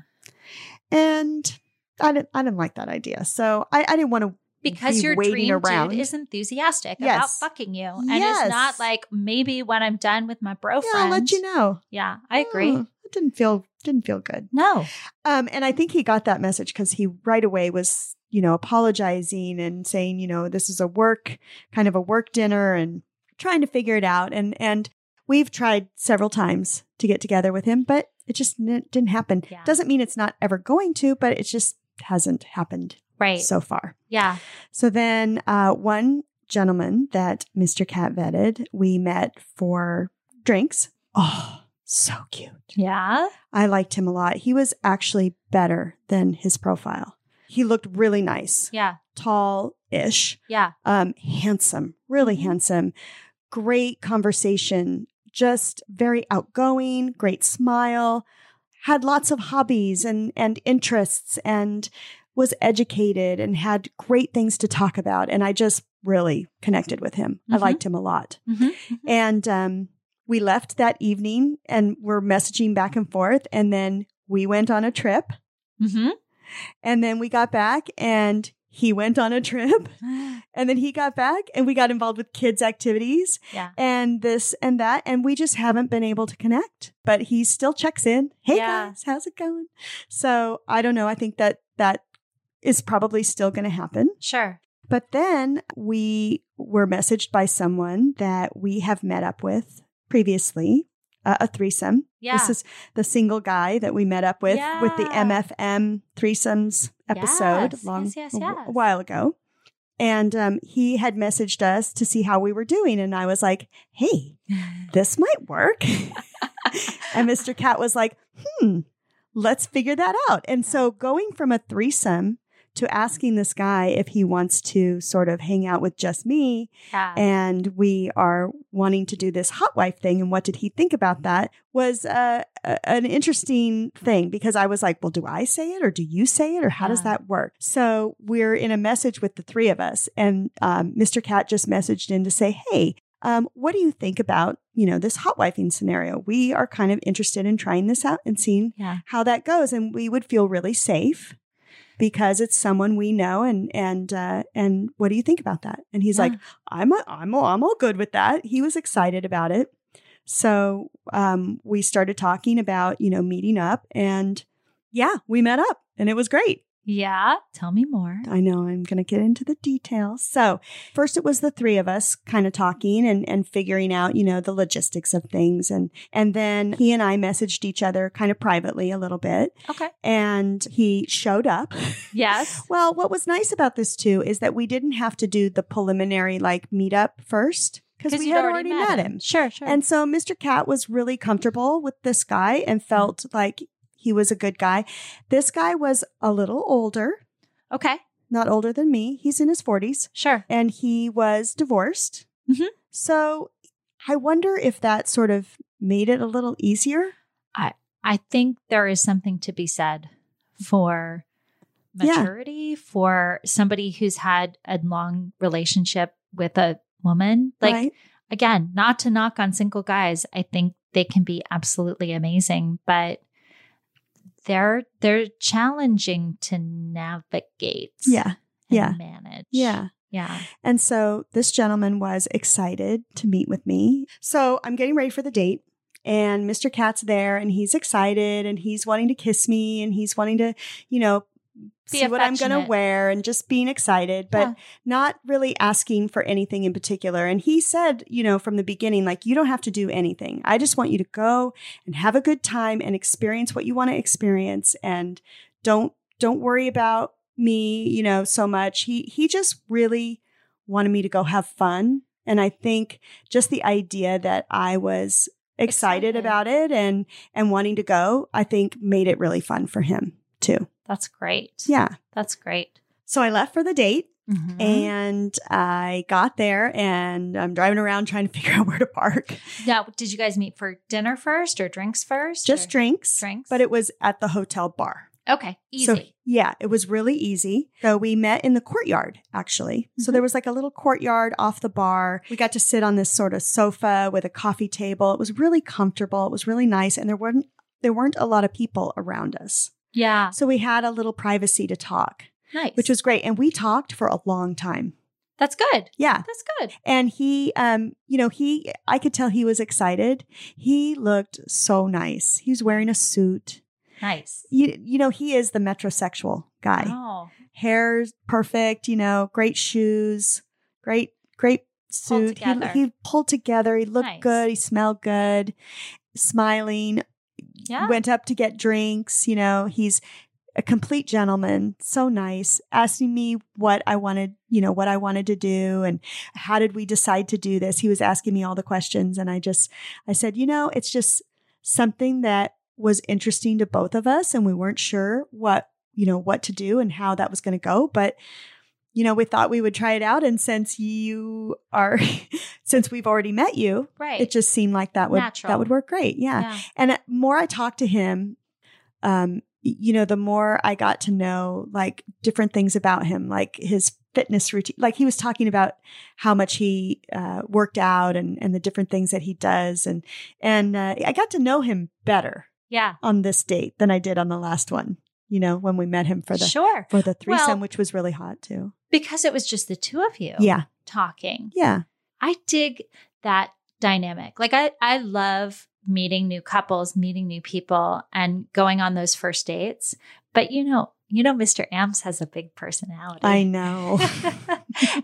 [SPEAKER 2] and I didn't I didn't like that idea. So I, I didn't want to
[SPEAKER 1] Because
[SPEAKER 2] Be
[SPEAKER 1] your
[SPEAKER 2] waiting
[SPEAKER 1] dream
[SPEAKER 2] around.
[SPEAKER 1] dude is enthusiastic about
[SPEAKER 2] Yes.
[SPEAKER 1] fucking you, and
[SPEAKER 2] Yes.
[SPEAKER 1] is not like maybe when I'm done with my bro
[SPEAKER 2] yeah, I'll
[SPEAKER 1] friend.
[SPEAKER 2] let you know.
[SPEAKER 1] Yeah, I agree.
[SPEAKER 2] Oh, it didn't feel didn't feel good.
[SPEAKER 1] No,
[SPEAKER 2] Um and I think he got that message because he right away was, you know, apologizing and saying, you know, this is a work kind of a work dinner and trying to figure it out. And and we've tried several times to get together with him, but it just n- didn't happen.
[SPEAKER 1] Yeah.
[SPEAKER 2] Doesn't mean it's not ever going to, but it just hasn't happened
[SPEAKER 1] right?
[SPEAKER 2] so far.
[SPEAKER 1] yeah,
[SPEAKER 2] So then, uh, one gentleman that Mr. Cat vetted, we met for drinks. Oh, so cute.
[SPEAKER 1] yeah.
[SPEAKER 2] I liked him a lot. He was actually better than his profile. He looked really nice,
[SPEAKER 1] Yeah,
[SPEAKER 2] tall ish,
[SPEAKER 1] yeah,
[SPEAKER 2] um, handsome, really
[SPEAKER 1] Mhm.
[SPEAKER 2] handsome, great conversation, just very outgoing, great smile, had lots of hobbies and, and interests, and was educated and had great things to talk about. And I just really connected with him. I
[SPEAKER 1] Mhm.
[SPEAKER 2] liked him a lot.
[SPEAKER 1] Mhm.
[SPEAKER 2] And um, we left that evening and were messaging back and forth. And then we went on a trip. (gasps)
[SPEAKER 1] Mm-hmm.
[SPEAKER 2] And then we got back and he went on a trip. And then he got back and we got involved with kids' activities
[SPEAKER 1] yeah.
[SPEAKER 2] and this and that. And we just haven't been able to connect, but he still checks in. Hey
[SPEAKER 1] Yeah.
[SPEAKER 2] guys, how's it going? So I don't know. I think that that is probably still going to happen.
[SPEAKER 1] Sure.
[SPEAKER 2] But then we were messaged by someone that we have met up with previously. Uh, a threesome.
[SPEAKER 1] Yeah. (laughs)
[SPEAKER 2] This is (laughs) the single guy that we met up with with the
[SPEAKER 1] Yeah.
[SPEAKER 2] MFM threesomes episode
[SPEAKER 1] Yes,
[SPEAKER 2] long
[SPEAKER 1] yes, yes,
[SPEAKER 2] a wh-
[SPEAKER 1] yes.
[SPEAKER 2] a while ago. And um, he had messaged us to see how we were doing. And I was like, hey, this might work. (laughs) and Mr. Cat was like, hmm, let's figure that out. And so going from a threesome to asking this guy if he wants to sort of hang out with just me
[SPEAKER 1] yeah.
[SPEAKER 2] and we are wanting to do this hot wife thing and what did he think about that was uh, a- an interesting thing because i was like well do i say it or do you say it or how does
[SPEAKER 1] Yeah.
[SPEAKER 2] that work so we're in a message with the three of us and um, mr cat just messaged in to say hey um, what do you think about you know this hot wifing scenario we are kind of interested in trying this out and seeing
[SPEAKER 1] Yeah.
[SPEAKER 2] how that goes and we would feel really safe because it's someone we know and and uh, and what do you think about that and he's
[SPEAKER 1] Yeah.
[SPEAKER 2] like I'm a, I'm all, I'm all good with that. He was excited about it. So um, we started talking about, you know, meeting up and yeah, we met up and it was great.
[SPEAKER 1] Yeah. Tell me more.
[SPEAKER 2] I know I'm going to get into the details. So, first it was the three of us kind of talking and and figuring out, you know, the logistics of things and and then he and I messaged each other kind of privately a little bit (laughs)
[SPEAKER 1] Okay.
[SPEAKER 2] and he showed up.
[SPEAKER 1] Yes.
[SPEAKER 2] Well, what was nice about this too is that we didn't have to do the preliminary like meetup first because we
[SPEAKER 1] you'd
[SPEAKER 2] had already, met him.
[SPEAKER 1] Sure, sure.
[SPEAKER 2] And so Mr. Cat was really comfortable with this guy and felt like he was a good guy. This guy was a little older,
[SPEAKER 1] okay.
[SPEAKER 2] not older than me. He's in his 40s
[SPEAKER 1] Sure.
[SPEAKER 2] and he was divorced.
[SPEAKER 1] Mhm.
[SPEAKER 2] So I wonder if that sort of made it a little easier.
[SPEAKER 1] I think there is something to be said for
[SPEAKER 2] Yeah.
[SPEAKER 1] maturity, for somebody who's had a long relationship with a woman. Like,
[SPEAKER 2] right?
[SPEAKER 1] again, not to knock on single guys. I think they can be absolutely amazing, but they're they're challenging to navigate.
[SPEAKER 2] Yeah.
[SPEAKER 1] and
[SPEAKER 2] yeah.
[SPEAKER 1] Manage.
[SPEAKER 2] Yeah.
[SPEAKER 1] Yeah.
[SPEAKER 2] And so this gentleman was excited to meet with me. So I'm getting ready for the date. And Mr. Cat's there and he's excited and he's wanting to kiss me and he's wanting to, you know,
[SPEAKER 1] Be
[SPEAKER 2] see what I'm going to
[SPEAKER 1] affectionate.
[SPEAKER 2] wear and just being excited, but
[SPEAKER 1] Yeah.
[SPEAKER 2] not really asking for anything in particular. And he said, you know, from the beginning, like, you don't have to do anything. I just want you to go and have a good time and experience what you want to experience and don't, don't worry about me, you know, so much. He, he just really, wanted me to go have fun. And I think just the idea that I was excited,
[SPEAKER 1] Excited.
[SPEAKER 2] about it and and wanting to go, I think made it really fun for him too.
[SPEAKER 1] That's great.
[SPEAKER 2] Yeah.
[SPEAKER 1] That's great.
[SPEAKER 2] So I left for the date
[SPEAKER 1] Mhm.
[SPEAKER 2] and I got there and I'm driving around trying to (laughs) figure out where to park.
[SPEAKER 1] Now, did you guys meet for dinner first or drinks first?
[SPEAKER 2] Just
[SPEAKER 1] or-
[SPEAKER 2] drinks.
[SPEAKER 1] Drinks.
[SPEAKER 2] But it was at the hotel bar.
[SPEAKER 1] okay, easy.
[SPEAKER 2] So, yeah, it was really easy. So we met in the courtyard, actually. So
[SPEAKER 1] Mhm.
[SPEAKER 2] there was like a little courtyard off the bar. We got to sit on this sort of sofa with a coffee table. It was really comfortable. It was really nice, and there weren't there weren't a lot of people around us.
[SPEAKER 1] yeah,
[SPEAKER 2] So we had a little privacy to talk,
[SPEAKER 1] nice.
[SPEAKER 2] which was great. And we talked for a long time.
[SPEAKER 1] that's good.
[SPEAKER 2] Yeah.
[SPEAKER 1] That's good.
[SPEAKER 2] And he um, you know, he I could tell he was excited. He looked so nice. He was wearing a suit.
[SPEAKER 1] Nice.
[SPEAKER 2] You you know, he is the metrosexual guy.
[SPEAKER 1] Oh,
[SPEAKER 2] hair's perfect, you know, great shoes, great, great suit. He,
[SPEAKER 1] together.
[SPEAKER 2] he pulled together. He looked
[SPEAKER 1] Nice.
[SPEAKER 2] good. He smelled good, smiling,
[SPEAKER 1] yeah.
[SPEAKER 2] went up to get drinks. You know, he's a complete gentleman. So nice. Asking me what I wanted, you know, what I wanted to do and how did we decide to do this? He was asking me all the questions. And I just, I said, you know, it's just something that was interesting to both of us. And we weren't sure what, you know, what to do and how that was going to go. But, you know, we thought we would try it out. And since you are, (laughs) since we've already met you,
[SPEAKER 1] right.
[SPEAKER 2] it just seemed like that would,
[SPEAKER 1] Natural.
[SPEAKER 2] that would work great. Yeah.
[SPEAKER 1] yeah.
[SPEAKER 2] And more I talked to him, um, y- you know, the more I got to know like different things about him, like his fitness routine. Like he was talking about how much he uh, worked out and and the different things that he does, and and uh, I got to know him better
[SPEAKER 1] Yeah.
[SPEAKER 2] on this date than I did on the last one. You know, when we met him for the
[SPEAKER 1] sure.
[SPEAKER 2] for the threesome,
[SPEAKER 1] Well-
[SPEAKER 2] which was really hot too.
[SPEAKER 1] Because it was just the two of you.
[SPEAKER 2] Yeah,
[SPEAKER 1] Talking.
[SPEAKER 2] yeah,
[SPEAKER 1] I dig that dynamic. Like I, I love meeting new couples, meeting new people, and going on those first dates. But you know, you know, Mr. Amps has a big personality. (laughs)
[SPEAKER 2] I know.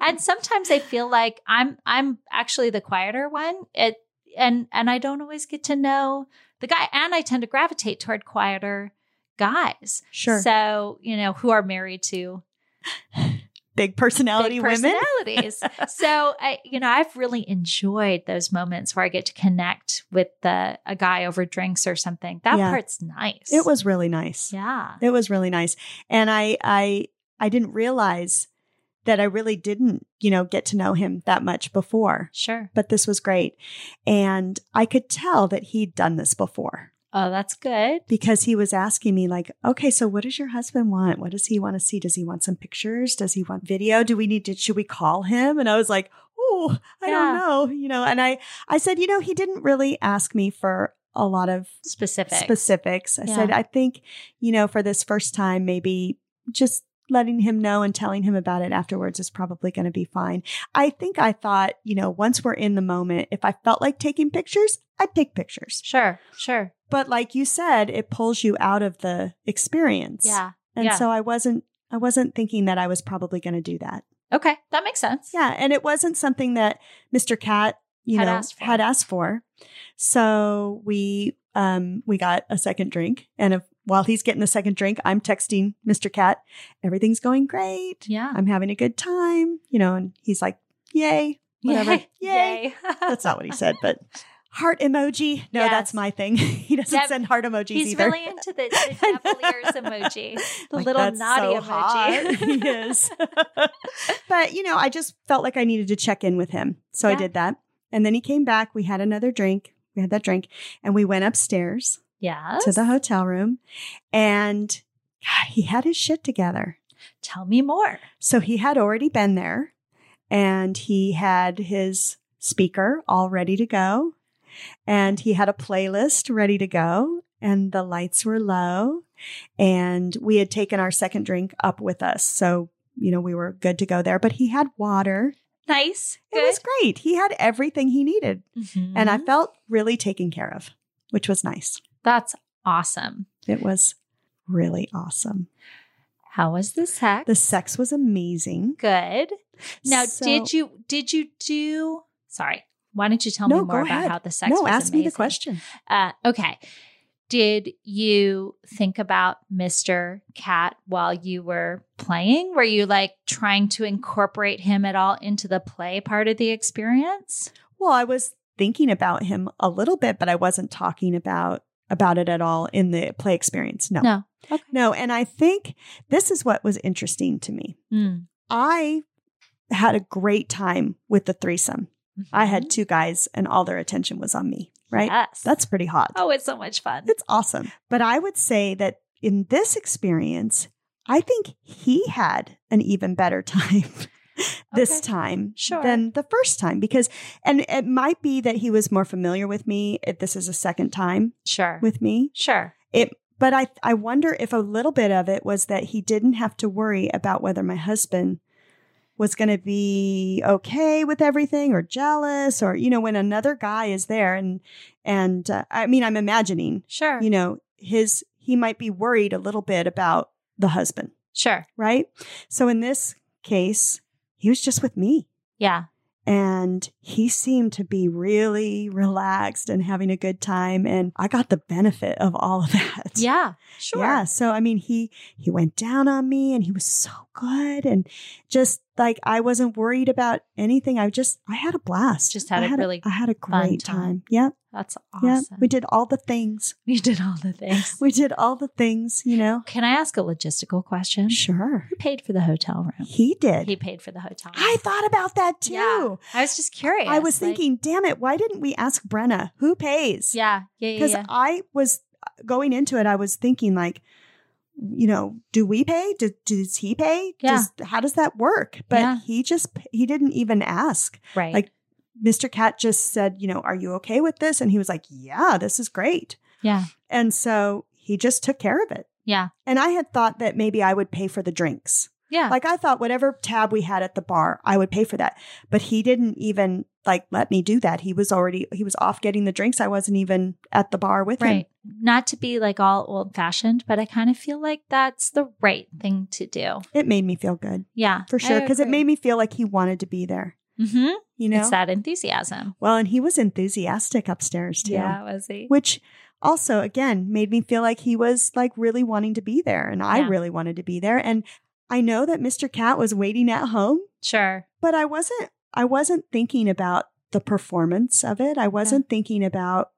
[SPEAKER 1] and sometimes I feel like I'm I'm actually the quieter one. It and and I don't always get to know the guy. And I tend to gravitate toward quieter guys.
[SPEAKER 2] Sure,
[SPEAKER 1] So, you know, who are married to
[SPEAKER 2] big personality
[SPEAKER 1] big
[SPEAKER 2] women. (laughs)
[SPEAKER 1] personalities. so I, you know, I've really enjoyed those moments where I get to connect with the a guy over drinks or something. That
[SPEAKER 2] Yeah.
[SPEAKER 1] part's nice.
[SPEAKER 2] It was really nice.
[SPEAKER 1] yeah.
[SPEAKER 2] It was really nice. And I I I didn't realize that I really didn't, you know, get to know him that much before.
[SPEAKER 1] Sure.
[SPEAKER 2] But this was great. And I could tell that he'd done this before
[SPEAKER 1] Oh, that's good.
[SPEAKER 2] because he was asking me like, "Okay, so what does your husband want? What does he want to see? Does he want some pictures? Does he want video? Do we need to should we call him?" And I was like, "Oh, I don't
[SPEAKER 1] Yeah.
[SPEAKER 2] know." You know, and I I said, "You know, he didn't really ask me for a lot of
[SPEAKER 1] Specific.
[SPEAKER 2] specifics. I said, I think, you know, for this first time, maybe just letting him know and telling him about it afterwards is probably going to be fine. I think I thought, you know, once we're in the moment, if I felt like taking pictures, I'd take pictures.
[SPEAKER 1] Sure, sure.
[SPEAKER 2] But like you said, it pulls you out of the experience.
[SPEAKER 1] Yeah.
[SPEAKER 2] And
[SPEAKER 1] yeah.
[SPEAKER 2] so I wasn't I wasn't thinking that I was probably going to do that.
[SPEAKER 1] Okay, that makes sense.
[SPEAKER 2] Yeah, and it wasn't something that Mr. Cat, you
[SPEAKER 1] Had
[SPEAKER 2] know,
[SPEAKER 1] asked for.
[SPEAKER 2] had asked for. So we um we got a second drink and if, while he's getting the second drink, I'm texting Mr. Cat, everything's going great.
[SPEAKER 1] Yeah.
[SPEAKER 2] I'm having a good time, you know, and he's like, (laughs) "Yay." Whatever.
[SPEAKER 1] Yay. (laughs)
[SPEAKER 2] Yay. That's not what he said, but heart emoji. No,
[SPEAKER 1] Yes.
[SPEAKER 2] that's my thing. (laughs) He doesn't
[SPEAKER 1] Yep.
[SPEAKER 2] send heart emojis
[SPEAKER 1] He's
[SPEAKER 2] either.
[SPEAKER 1] really into
[SPEAKER 2] (laughs)
[SPEAKER 1] the, the Cavaliers emoji, the
[SPEAKER 2] Like,
[SPEAKER 1] little
[SPEAKER 2] that's
[SPEAKER 1] naughty
[SPEAKER 2] so hot. (laughs)
[SPEAKER 1] emoji. (laughs)
[SPEAKER 2] he is. but you know, I just felt like I needed to check in with him. So I
[SPEAKER 1] Yeah.
[SPEAKER 2] did that. And then he came back. We had another drink. We had that drink. And we went upstairs
[SPEAKER 1] yes.
[SPEAKER 2] to the hotel room. And God, he had his shit together.
[SPEAKER 1] Tell me more.
[SPEAKER 2] So he had already been there and he had his speaker all ready to go. And he had a playlist ready to go. And the lights were low. And we had taken our second drink up with us. So, you know, we were good to go there. But he had water.
[SPEAKER 1] Nice.
[SPEAKER 2] It
[SPEAKER 1] Good.
[SPEAKER 2] was great. He had everything he needed. And I
[SPEAKER 1] Mhm.
[SPEAKER 2] felt really taken care of, which was nice.
[SPEAKER 1] that's awesome.
[SPEAKER 2] It was really awesome.
[SPEAKER 1] How was the sex?
[SPEAKER 2] The sex was amazing.
[SPEAKER 1] good. Now,
[SPEAKER 2] So-
[SPEAKER 1] did you did you do? Sorry, why don't you tell
[SPEAKER 2] No,
[SPEAKER 1] me more
[SPEAKER 2] go
[SPEAKER 1] about
[SPEAKER 2] ahead.
[SPEAKER 1] how the sex?
[SPEAKER 2] no,
[SPEAKER 1] was
[SPEAKER 2] ask me the
[SPEAKER 1] amazing?
[SPEAKER 2] question.
[SPEAKER 1] Uh, okay. Did you think about Mr. Cat while you were playing? Were you like trying to incorporate him at all into the play part of the experience?
[SPEAKER 2] Well, I was thinking about him a little bit, but I wasn't talking about about it at all in the play experience. No.
[SPEAKER 1] No. Okay.
[SPEAKER 2] No, and I think this is what was interesting to me.
[SPEAKER 1] Mm.
[SPEAKER 2] I had a great time with the threesome. I had two guys and all their attention was on me, right?
[SPEAKER 1] Mm-hmm. Yes.
[SPEAKER 2] That's pretty hot.
[SPEAKER 1] oh, it's so much fun.
[SPEAKER 2] It's awesome. But I would say that in this experience, I think he had an even better (laughs) time this
[SPEAKER 1] Okay.
[SPEAKER 2] time
[SPEAKER 1] Sure.
[SPEAKER 2] than the first time because, and it might be that he was more familiar with me. If this is a second time
[SPEAKER 1] Sure.
[SPEAKER 2] with me,
[SPEAKER 1] sure.
[SPEAKER 2] but I, I wonder if a little bit of it was that he didn't have to worry about whether my husband was going to be okay with everything or jealous or you know when another guy is there and and uh, I mean I'm imagining
[SPEAKER 1] Sure.
[SPEAKER 2] you know, his he might be worried a little bit about the husband,
[SPEAKER 1] sure.
[SPEAKER 2] right? So in this case, he was just with me
[SPEAKER 1] Yeah.
[SPEAKER 2] and he seemed to be really relaxed and having a good time and I got the benefit of all of (laughs) that.
[SPEAKER 1] Yeah. Sure.
[SPEAKER 2] Yeah, so I mean he he went down on me and he was so good and just like I wasn't worried about anything. I just I had a blast.
[SPEAKER 1] Just had
[SPEAKER 2] I
[SPEAKER 1] a really
[SPEAKER 2] I had a
[SPEAKER 1] fun
[SPEAKER 2] great
[SPEAKER 1] time.
[SPEAKER 2] time. Yeah.
[SPEAKER 1] That's
[SPEAKER 2] Yeah.
[SPEAKER 1] awesome.
[SPEAKER 2] We did all the things.
[SPEAKER 1] you did all the things.
[SPEAKER 2] We did all the things, you know.
[SPEAKER 1] Can I ask a logistical question?
[SPEAKER 2] Sure.
[SPEAKER 1] Who paid for the hotel room?
[SPEAKER 2] He did.
[SPEAKER 1] He paid for the hotel. room.
[SPEAKER 2] I thought about that too.
[SPEAKER 1] Yeah, I was just curious.
[SPEAKER 2] I was
[SPEAKER 1] like-
[SPEAKER 2] thinking, damn it, why didn't we ask Brenna who pays?
[SPEAKER 1] yeah, yeah, yeah.
[SPEAKER 2] Because
[SPEAKER 1] yeah.
[SPEAKER 2] I was uh, going into it, I was thinking, like, you know, do we pay? Do, does he pay?
[SPEAKER 1] Yeah.
[SPEAKER 2] Does, how does that work? But
[SPEAKER 1] Yeah.
[SPEAKER 2] he just, he didn't even ask.
[SPEAKER 1] right.
[SPEAKER 2] like- Mr. Cat just said, you know, are you okay with this? And he was like, yeah, this is great.
[SPEAKER 1] yeah,
[SPEAKER 2] And so he just took care of it.
[SPEAKER 1] yeah,
[SPEAKER 2] And I had thought that maybe I would pay for the drinks.
[SPEAKER 1] yeah.
[SPEAKER 2] Like I thought whatever tab we had at the bar, I would pay for that. But he didn't even like let me do that. He was already he was off getting the drinks. I wasn't even at the bar with him.
[SPEAKER 1] right. Not to be like all old fashioned, but I kind of feel like that's the right thing to do.
[SPEAKER 2] It made me feel good
[SPEAKER 1] Yeah,
[SPEAKER 2] for sure because it made me feel like he wanted to be there.
[SPEAKER 1] hmm
[SPEAKER 2] You know.
[SPEAKER 1] It's that enthusiasm.
[SPEAKER 2] well, and he was enthusiastic upstairs too,
[SPEAKER 1] Yeah, was he?
[SPEAKER 2] which also again made me feel like he was like really wanting to be there, and I
[SPEAKER 1] Yeah.
[SPEAKER 2] really wanted to be there. And I know that Mr. Cat was waiting at home
[SPEAKER 1] Sure.
[SPEAKER 2] but i wasn't i wasn't thinking about the performance of it i wasn't thinking about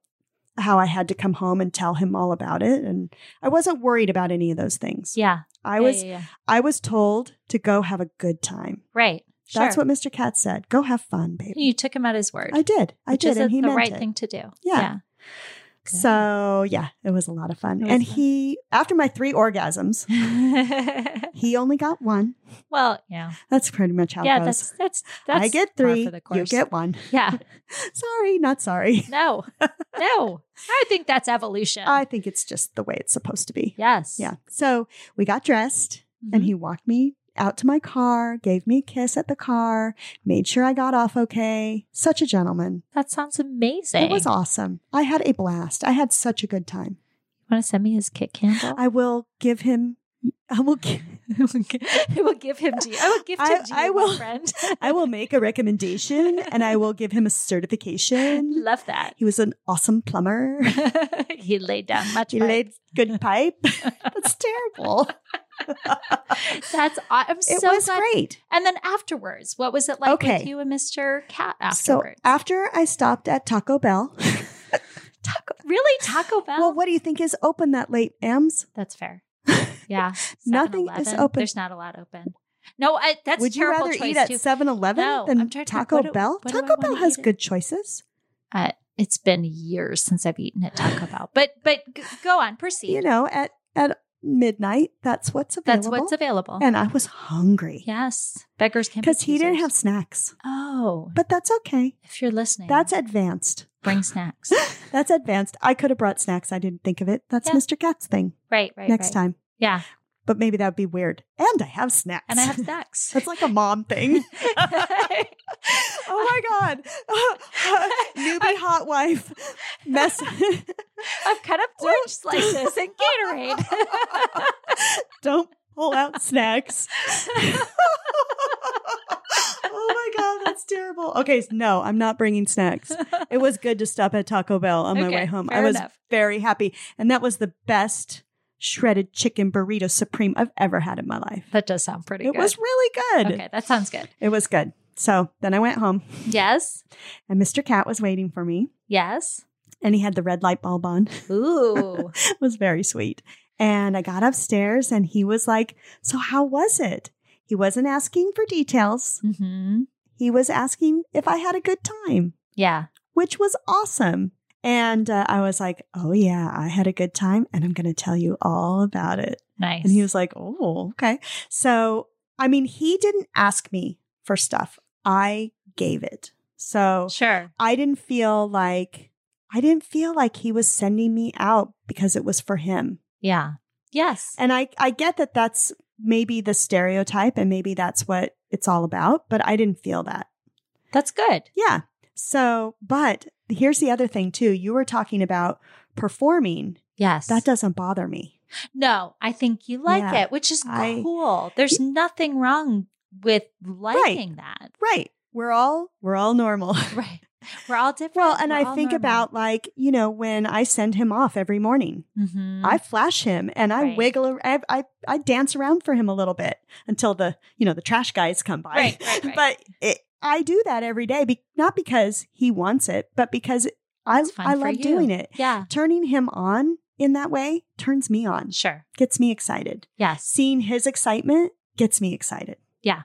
[SPEAKER 2] how i had to come home and tell him all about it and i wasn't worried about any of those things
[SPEAKER 1] Yeah,
[SPEAKER 2] i
[SPEAKER 1] yeah,
[SPEAKER 2] was
[SPEAKER 1] yeah, yeah.
[SPEAKER 2] i was told to go have a good time
[SPEAKER 1] right.
[SPEAKER 2] that's
[SPEAKER 1] Sure.
[SPEAKER 2] what mr cat said go have fun baby
[SPEAKER 1] you took him at his word.
[SPEAKER 2] i did i
[SPEAKER 1] which
[SPEAKER 2] did
[SPEAKER 1] is
[SPEAKER 2] and he
[SPEAKER 1] the
[SPEAKER 2] meant
[SPEAKER 1] right
[SPEAKER 2] it
[SPEAKER 1] thing to do.
[SPEAKER 2] Yeah.
[SPEAKER 1] yeah. Good.
[SPEAKER 2] so yeah it was a lot of fun
[SPEAKER 1] It was
[SPEAKER 2] and
[SPEAKER 1] fun.
[SPEAKER 2] he after my three orgasms he only got one
[SPEAKER 1] (laughs) well, yeah,
[SPEAKER 2] that's pretty much how
[SPEAKER 1] yeah.
[SPEAKER 2] it
[SPEAKER 1] That's
[SPEAKER 2] goes
[SPEAKER 1] that's that's.
[SPEAKER 2] i get
[SPEAKER 1] par
[SPEAKER 2] three
[SPEAKER 1] for the
[SPEAKER 2] you
[SPEAKER 1] course.
[SPEAKER 2] get one (laughs)
[SPEAKER 1] Yeah.
[SPEAKER 2] sorry not sorry
[SPEAKER 1] No. No. I think that's evolution.
[SPEAKER 2] I think it's just the way it's supposed to be.
[SPEAKER 1] yes. Mm-hmm.
[SPEAKER 2] Yeah. So we got dressed and he walked me out to my car, gave me a kiss at the car, made sure I got off okay. Such a gentleman.
[SPEAKER 1] that sounds amazing.
[SPEAKER 2] It was awesome. I had a blast. I had such a good time.
[SPEAKER 1] Want to send me his kit candle?
[SPEAKER 2] I will give him. (laughs) I will. gi-
[SPEAKER 1] (laughs) I will give him to you. I will give him
[SPEAKER 2] I-
[SPEAKER 1] to you,
[SPEAKER 2] I
[SPEAKER 1] my
[SPEAKER 2] will- (laughs)
[SPEAKER 1] friend.
[SPEAKER 2] I will make a recommendation, and I will give him a certification.
[SPEAKER 1] (laughs) Love
[SPEAKER 2] (laughs)
[SPEAKER 1] that.
[SPEAKER 2] He was an awesome plumber.
[SPEAKER 1] he laid down much.
[SPEAKER 2] He
[SPEAKER 1] pipe.
[SPEAKER 2] laid good pipe.
[SPEAKER 1] (laughs)
[SPEAKER 2] That's terrible.
[SPEAKER 1] That's. aw- I'm
[SPEAKER 2] It
[SPEAKER 1] so
[SPEAKER 2] was
[SPEAKER 1] glad.
[SPEAKER 2] great.
[SPEAKER 1] And then afterwards, what was it like with
[SPEAKER 2] Okay.
[SPEAKER 1] you and Mr. Cat afterwards?
[SPEAKER 2] So after I stopped at Taco Bell, Taco.
[SPEAKER 1] really,
[SPEAKER 2] (sighs)
[SPEAKER 1] Taco Bell.
[SPEAKER 2] Well, what do you think is open that late, Ems?
[SPEAKER 1] That's
[SPEAKER 2] (laughs)
[SPEAKER 1] fair. Yeah.
[SPEAKER 2] Nothing is
[SPEAKER 1] 7-Eleven.
[SPEAKER 2] open.
[SPEAKER 1] There's not a lot open. No, I, that's
[SPEAKER 2] Would you
[SPEAKER 1] terrible
[SPEAKER 2] rather
[SPEAKER 1] choice
[SPEAKER 2] eat at
[SPEAKER 1] too.
[SPEAKER 2] 7 Eleven
[SPEAKER 1] No, I'm trying
[SPEAKER 2] than
[SPEAKER 1] to think,
[SPEAKER 2] Taco
[SPEAKER 1] what do-
[SPEAKER 2] Bell?
[SPEAKER 1] what do I
[SPEAKER 2] Taco Bell
[SPEAKER 1] wanna
[SPEAKER 2] has
[SPEAKER 1] eat at-
[SPEAKER 2] good choices.
[SPEAKER 1] uh, it's been years since I've eaten at Taco
[SPEAKER 2] (laughs)
[SPEAKER 1] Bell, but but g- go on, proceed.
[SPEAKER 2] You know, at, at midnight, that's what's available.
[SPEAKER 1] That's what's available.
[SPEAKER 2] And I was hungry
[SPEAKER 1] yes, beggars can't be
[SPEAKER 2] because he didn't have
[SPEAKER 1] choosers.
[SPEAKER 2] snacks,
[SPEAKER 1] Oh,
[SPEAKER 2] but that's okay.
[SPEAKER 1] if you're listening,
[SPEAKER 2] That's advanced.
[SPEAKER 1] bring
[SPEAKER 2] (laughs)
[SPEAKER 1] snacks.
[SPEAKER 2] That's advanced. I could have brought snacks. I didn't think of it. That's
[SPEAKER 1] Yeah.
[SPEAKER 2] Mr. Cat's thing
[SPEAKER 1] Right, right.
[SPEAKER 2] next
[SPEAKER 1] right.
[SPEAKER 2] time.
[SPEAKER 1] yeah.
[SPEAKER 2] But maybe that would be weird. And I have snacks.
[SPEAKER 1] And I have snacks.
[SPEAKER 2] (laughs)
[SPEAKER 1] (laughs)
[SPEAKER 2] That's like a mom thing. oh my
[SPEAKER 1] (laughs)
[SPEAKER 2] God. (laughs) Newbie hot wife. Mess. (laughs)
[SPEAKER 1] I've cut up orange slices and Gatorade.
[SPEAKER 2] (laughs) Don't pull out snacks. (laughs) oh my God. That's terrible. Okay. No, I'm not bringing snacks. It was good to stop at Taco Bell (laughs) on my
[SPEAKER 1] Okay,
[SPEAKER 2] way home. I
[SPEAKER 1] fair
[SPEAKER 2] was
[SPEAKER 1] enough.
[SPEAKER 2] very happy. And that was the best shredded chicken burrito supreme I've ever had in my life.
[SPEAKER 1] that does sound pretty
[SPEAKER 2] It
[SPEAKER 1] good.
[SPEAKER 2] was really good.
[SPEAKER 1] okay, that sounds good.
[SPEAKER 2] It was good. So then I went home
[SPEAKER 1] Yes,
[SPEAKER 2] and Mr. Cat was waiting for me (laughs)
[SPEAKER 1] yes. Mm-hmm.
[SPEAKER 2] and he had the red light bulb on.
[SPEAKER 1] Ooh,
[SPEAKER 2] it was very sweet. And I got upstairs and he was like, So how was it? He wasn't asking for details.
[SPEAKER 1] hmm
[SPEAKER 2] He was asking if I had a good time,
[SPEAKER 1] yeah.
[SPEAKER 2] which was awesome. And uh, I was like, Oh, yeah, I had a good time and I'm going to tell you all about it.
[SPEAKER 1] Nice.
[SPEAKER 2] And he was like, Oh, okay. So, I mean, he didn't ask me for stuff, I gave it. So,
[SPEAKER 1] sure.
[SPEAKER 2] I didn't feel like I didn't feel like he was sending me out because it was for him.
[SPEAKER 1] Yeah. Yes.
[SPEAKER 2] And I I get that that's maybe the stereotype and maybe that's what it's all about, but I didn't feel that.
[SPEAKER 1] That's good.
[SPEAKER 2] Yeah. So, but here's the other thing too. You were talking about performing.
[SPEAKER 1] Yes.
[SPEAKER 2] That doesn't bother me.
[SPEAKER 1] no, I think you like
[SPEAKER 2] Yeah.
[SPEAKER 1] it, which is
[SPEAKER 2] I-
[SPEAKER 1] cool. There's nothing wrong with liking that. (laughs)
[SPEAKER 2] Right. We're all we're all normal. (laughs)
[SPEAKER 1] Right. We're all different.
[SPEAKER 2] Well, and I think about like, you know, when I send him off every morning,
[SPEAKER 1] hmm
[SPEAKER 2] I flash him and I
[SPEAKER 1] Right.
[SPEAKER 2] wiggle, ar- I, I I dance around for him a little bit until the you know the trash guys come by.
[SPEAKER 1] Right,
[SPEAKER 2] (laughs)
[SPEAKER 1] right, right.
[SPEAKER 2] But it, I do that every day, be, not because he wants it, but because I
[SPEAKER 1] It's fun
[SPEAKER 2] I
[SPEAKER 1] for
[SPEAKER 2] love
[SPEAKER 1] you.
[SPEAKER 2] doing it.
[SPEAKER 1] Yeah.
[SPEAKER 2] Turning him on in that way turns me on,
[SPEAKER 1] Sure.
[SPEAKER 2] gets me excited.
[SPEAKER 1] Yes.
[SPEAKER 2] Seeing his excitement gets me excited.
[SPEAKER 1] Yeah.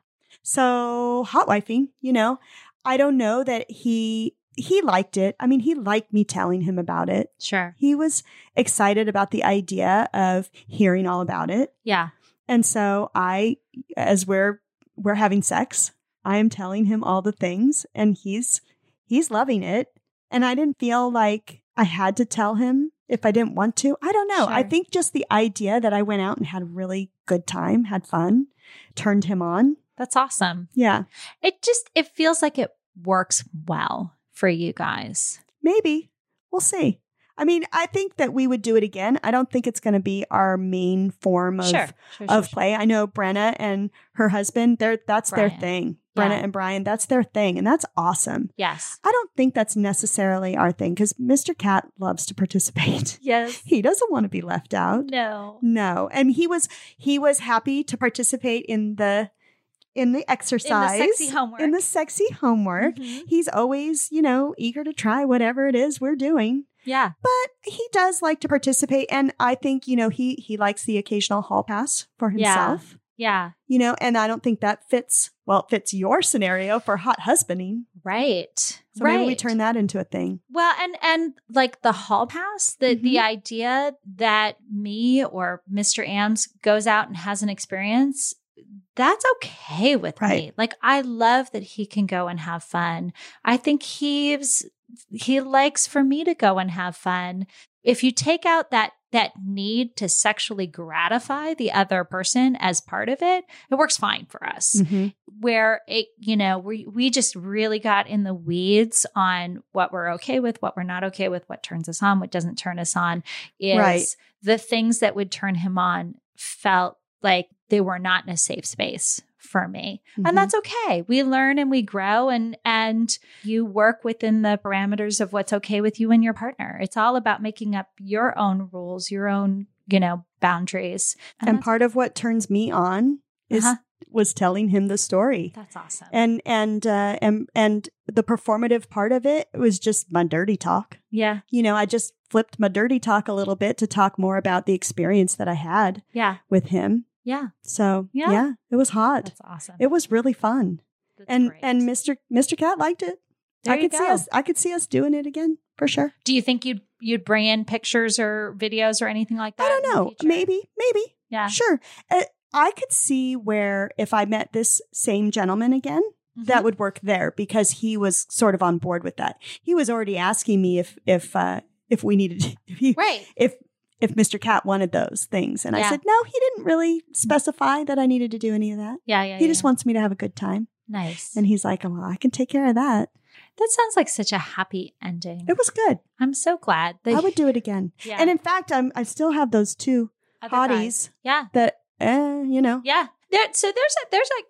[SPEAKER 2] So hot wifing, you know, I don't know that he he liked it. I mean, he liked me telling him about it.
[SPEAKER 1] Sure.
[SPEAKER 2] He was excited about the idea of hearing all about it.
[SPEAKER 1] Yeah.
[SPEAKER 2] And so I as we're we're having sex, I am telling him all the things and he's he's loving it. And I didn't feel like I had to tell him if I didn't want to. I don't know. I
[SPEAKER 1] Sure.
[SPEAKER 2] think just the idea that I went out and had a really good time, had fun, turned him on.
[SPEAKER 1] That's awesome.
[SPEAKER 2] Yeah.
[SPEAKER 1] It just it feels like it works well for you guys.
[SPEAKER 2] Maybe. We'll see. I mean, I think that we would do it again. I don't think it's going to be our main form of
[SPEAKER 1] sure. Sure,
[SPEAKER 2] of
[SPEAKER 1] sure, sure.
[SPEAKER 2] play. I know Brenna and her husband, they're that's
[SPEAKER 1] Brian.
[SPEAKER 2] their thing.
[SPEAKER 1] Yeah.
[SPEAKER 2] Brenna and Brian, that's their thing. And that's awesome.
[SPEAKER 1] Yes.
[SPEAKER 2] I don't think that's necessarily our thing because Mr. Cat loves to participate. (laughs)
[SPEAKER 1] Yes.
[SPEAKER 2] He doesn't want to be left out.
[SPEAKER 1] No.
[SPEAKER 2] No. And he was he was happy to participate in the in the Mm-hmm. exercise.
[SPEAKER 1] sexy homework.
[SPEAKER 2] In the sexy homework.
[SPEAKER 1] Mhm.
[SPEAKER 2] He's always, you know, eager to try whatever it is we're doing
[SPEAKER 1] Yeah.
[SPEAKER 2] but he does like to participate and i think you know he he likes the occasional hall pass for
[SPEAKER 1] Yeah.
[SPEAKER 2] himself
[SPEAKER 1] Yeah.
[SPEAKER 2] you know and i don't think that fits well it fits your scenario for hot husbanding
[SPEAKER 1] Right.
[SPEAKER 2] so
[SPEAKER 1] right.
[SPEAKER 2] maybe we turn that into a thing
[SPEAKER 1] Well, and and like the hall pass, the the
[SPEAKER 2] Mhm.
[SPEAKER 1] idea that me or Mr. Ams goes out and has an experience, that's okay with me.
[SPEAKER 2] Right.
[SPEAKER 1] Like I love that he can go and have fun. I think he's he likes for me to go and have fun. If you take out that that need to sexually gratify the other person as part of it, it works fine for us.
[SPEAKER 2] Mhm.
[SPEAKER 1] Where it, you know, we we just really got in the weeds on what we're okay with, what we're not okay with, what turns us on, what doesn't turn us on, is
[SPEAKER 2] Right.
[SPEAKER 1] the things that would turn him on felt like they were not in a safe space for me
[SPEAKER 2] Mhm.
[SPEAKER 1] and that's okay we learn and we grow and and you work within the parameters of what's okay with you and your partner it's all about making up your own rules your own you know boundaries
[SPEAKER 2] and
[SPEAKER 1] that's-
[SPEAKER 2] part of what turns me on is
[SPEAKER 1] Uh-huh.
[SPEAKER 2] was telling him the story.
[SPEAKER 1] that's awesome
[SPEAKER 2] and and uh, and and the performative part of it was just my dirty talk.
[SPEAKER 1] yeah
[SPEAKER 2] You know, I just flipped my dirty talk a little bit to talk more about the experience that I had
[SPEAKER 1] yeah
[SPEAKER 2] with him.
[SPEAKER 1] yeah
[SPEAKER 2] So
[SPEAKER 1] Yeah.
[SPEAKER 2] yeah, it was hot.
[SPEAKER 1] that's awesome
[SPEAKER 2] It was really fun,
[SPEAKER 1] That's
[SPEAKER 2] and
[SPEAKER 1] great.
[SPEAKER 2] and Mr. Mr. Cat liked it.
[SPEAKER 1] There
[SPEAKER 2] I
[SPEAKER 1] you
[SPEAKER 2] could see
[SPEAKER 1] go.
[SPEAKER 2] us. I could see us doing it again for sure.
[SPEAKER 1] do you think you'd you'd bring in pictures or videos or anything like that
[SPEAKER 2] I
[SPEAKER 1] in
[SPEAKER 2] don't
[SPEAKER 1] the
[SPEAKER 2] know.
[SPEAKER 1] future?
[SPEAKER 2] Maybe, maybe,
[SPEAKER 1] yeah
[SPEAKER 2] sure. Uh, I could see where if I met this same gentleman again,
[SPEAKER 1] Mm-hmm.
[SPEAKER 2] that would work there because he was sort of on board with that. He was already asking me if if uh, if we needed if he,
[SPEAKER 1] right
[SPEAKER 2] if if Mr. Cat wanted those things, and
[SPEAKER 1] Yeah.
[SPEAKER 2] I said no. He didn't really specify that I needed to do any of that.
[SPEAKER 1] yeah yeah
[SPEAKER 2] He just
[SPEAKER 1] yeah.
[SPEAKER 2] wants me to have a good time,
[SPEAKER 1] nice
[SPEAKER 2] and he's like, "Oh, "Well, I can take care of that."
[SPEAKER 1] that sounds like such a happy ending
[SPEAKER 2] It was good.
[SPEAKER 1] i'm so glad that
[SPEAKER 2] I would do it again.
[SPEAKER 1] yeah,
[SPEAKER 2] And in fact, I'm I still have those two
[SPEAKER 1] other guys.
[SPEAKER 2] hotties
[SPEAKER 1] yeah
[SPEAKER 2] that, eh, you know,
[SPEAKER 1] Yeah. There, so there's a, there's like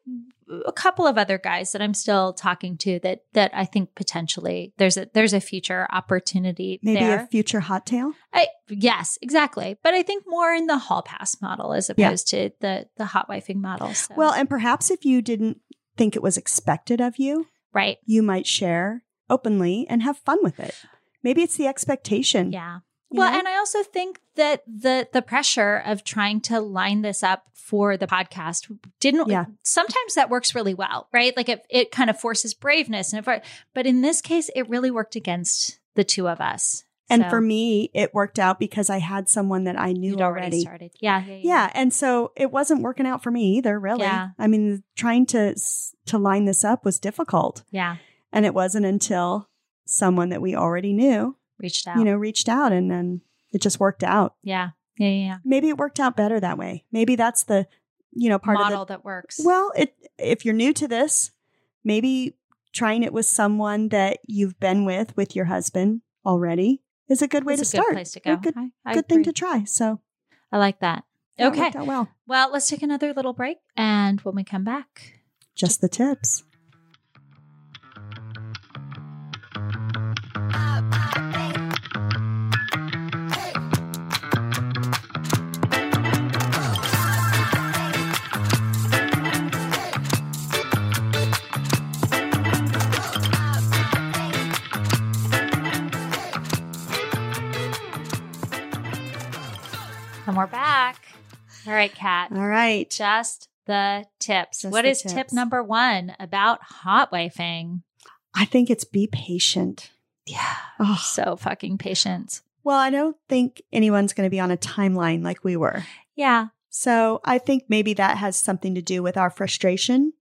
[SPEAKER 1] a couple of other guys that I'm still talking to that that I think potentially there's a there's a future opportunity
[SPEAKER 2] maybe
[SPEAKER 1] there.
[SPEAKER 2] a future hot tail.
[SPEAKER 1] I, yes, exactly. But I think more in the hall pass model as
[SPEAKER 2] Yeah.
[SPEAKER 1] opposed to the the hot wifing model. So,
[SPEAKER 2] Well, and perhaps if you didn't think it was expected of you,
[SPEAKER 1] right.
[SPEAKER 2] you might share openly and have fun with it. Maybe it's the expectation.
[SPEAKER 1] Yeah.
[SPEAKER 2] you
[SPEAKER 1] Well,
[SPEAKER 2] know?
[SPEAKER 1] and I also think that the the pressure of trying to line this up for the podcast didn't
[SPEAKER 2] Yeah.
[SPEAKER 1] sometimes that works really well, right? Like it it kind of forces braveness and if but in this case it really worked against the two of us.
[SPEAKER 2] and
[SPEAKER 1] So
[SPEAKER 2] for me, it worked out because I had someone that I knew
[SPEAKER 1] you'd already started. Yeah, yeah,
[SPEAKER 2] Yeah, and so it wasn't working out for me either, really.
[SPEAKER 1] Yeah.
[SPEAKER 2] I mean, trying to s- to line this up was difficult,
[SPEAKER 1] yeah.
[SPEAKER 2] and it wasn't until someone that we already knew,
[SPEAKER 1] Reached out.
[SPEAKER 2] you know, reached out and then it just worked out.
[SPEAKER 1] yeah. Yeah, yeah, yeah.
[SPEAKER 2] Maybe it worked out better that way. Maybe that's the, you know, part of the
[SPEAKER 1] model that works.
[SPEAKER 2] Well, it, if you're new to this, maybe trying it with someone that you've been with, with your husband already, is a good way
[SPEAKER 1] It's
[SPEAKER 2] to
[SPEAKER 1] a
[SPEAKER 2] start.
[SPEAKER 1] good place to go.
[SPEAKER 2] A good,
[SPEAKER 1] I, I
[SPEAKER 2] good thing
[SPEAKER 1] agree.
[SPEAKER 2] to try. So,
[SPEAKER 1] I like that.
[SPEAKER 2] that
[SPEAKER 1] Okay.
[SPEAKER 2] worked out well.
[SPEAKER 1] Well, let's take another little break and when we come back,
[SPEAKER 2] Just the tips.
[SPEAKER 1] And we're back. All right, Kat.
[SPEAKER 2] All right.
[SPEAKER 1] Just the tips.
[SPEAKER 2] Just
[SPEAKER 1] what
[SPEAKER 2] the
[SPEAKER 1] is tip
[SPEAKER 2] tips.
[SPEAKER 1] number one about hot wifing?
[SPEAKER 2] I think it's be patient.
[SPEAKER 1] Yeah.
[SPEAKER 2] Oh.
[SPEAKER 1] So fucking patient.
[SPEAKER 2] Well, I don't think anyone's going to be on a timeline like we were.
[SPEAKER 1] Yeah.
[SPEAKER 2] So I think maybe that has something to do with our frustration.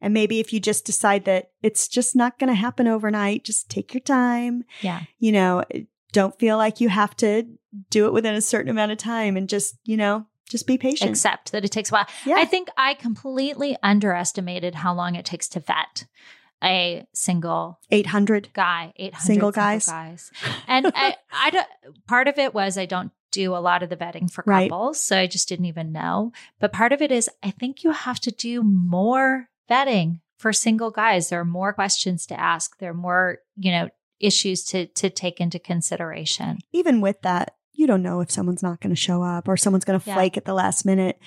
[SPEAKER 2] And maybe if you just decide that it's just not going to happen overnight, just take your time.
[SPEAKER 1] Yeah.
[SPEAKER 2] You know, don't feel like you have to do it within a certain amount of time and just, you know, just be patient.
[SPEAKER 1] Except that it takes a while.
[SPEAKER 2] Yeah.
[SPEAKER 1] I think I completely underestimated how long it takes to vet a single
[SPEAKER 2] 800.
[SPEAKER 1] guy, 800
[SPEAKER 2] Single guys.
[SPEAKER 1] And I, I don't, part of it was I don't do a lot of the vetting for
[SPEAKER 2] Right.
[SPEAKER 1] couples. So I just didn't even know. But part of it is I think you have to do more vetting for single guys. There are more questions to ask, there are more, you know, issues to to take into consideration.
[SPEAKER 2] Even with that, you don't know if someone's not going to show up or someone's going to
[SPEAKER 1] Yeah.
[SPEAKER 2] flake at the last minute.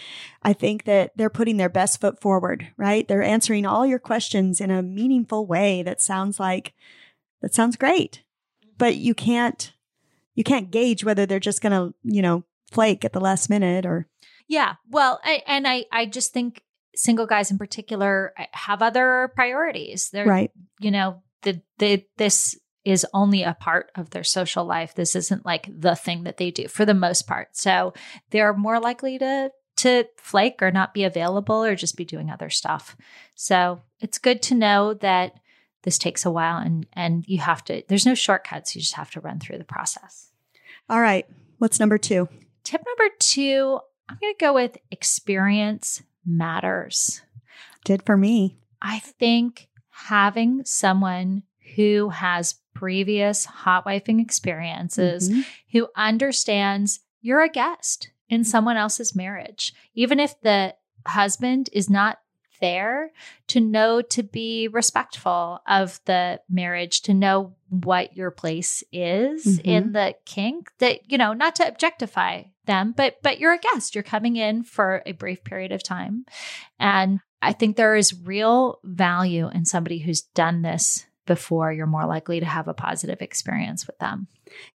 [SPEAKER 2] I think that they're putting their best foot forward, right? They're answering all your questions in a meaningful way that sounds like that sounds great. But you can't you can't gauge whether they're just going to, you know, flake at the last minute or
[SPEAKER 1] Yeah. Well, I, and I I just think single guys in particular uh, have other priorities. They're
[SPEAKER 2] right.
[SPEAKER 1] you know, the, the, this is only a part of their social life. This isn't like the thing that they do for the most part. So they're more likely to to flake or not be available or just be doing other stuff. So it's good to know that this takes a while and and you have to there's no shortcuts. You just have to run through the process.
[SPEAKER 2] All right. What's number 2?
[SPEAKER 1] Tip number two, I'm going to go with experience matters.
[SPEAKER 2] Did for me.
[SPEAKER 1] I think having someone who has previous hot wifing experiences,
[SPEAKER 2] Mhm.
[SPEAKER 1] who understands you're a guest in someone else's marriage, even if the husband is not there, to know to be respectful of the marriage, to know what your place is
[SPEAKER 2] Mhm.
[SPEAKER 1] in the kink, that, you know, not to objectify them, but but you're a guest. You're coming in for a brief period of time. And I think there is real value in somebody who's done this before. You're more likely to have a positive experience with them.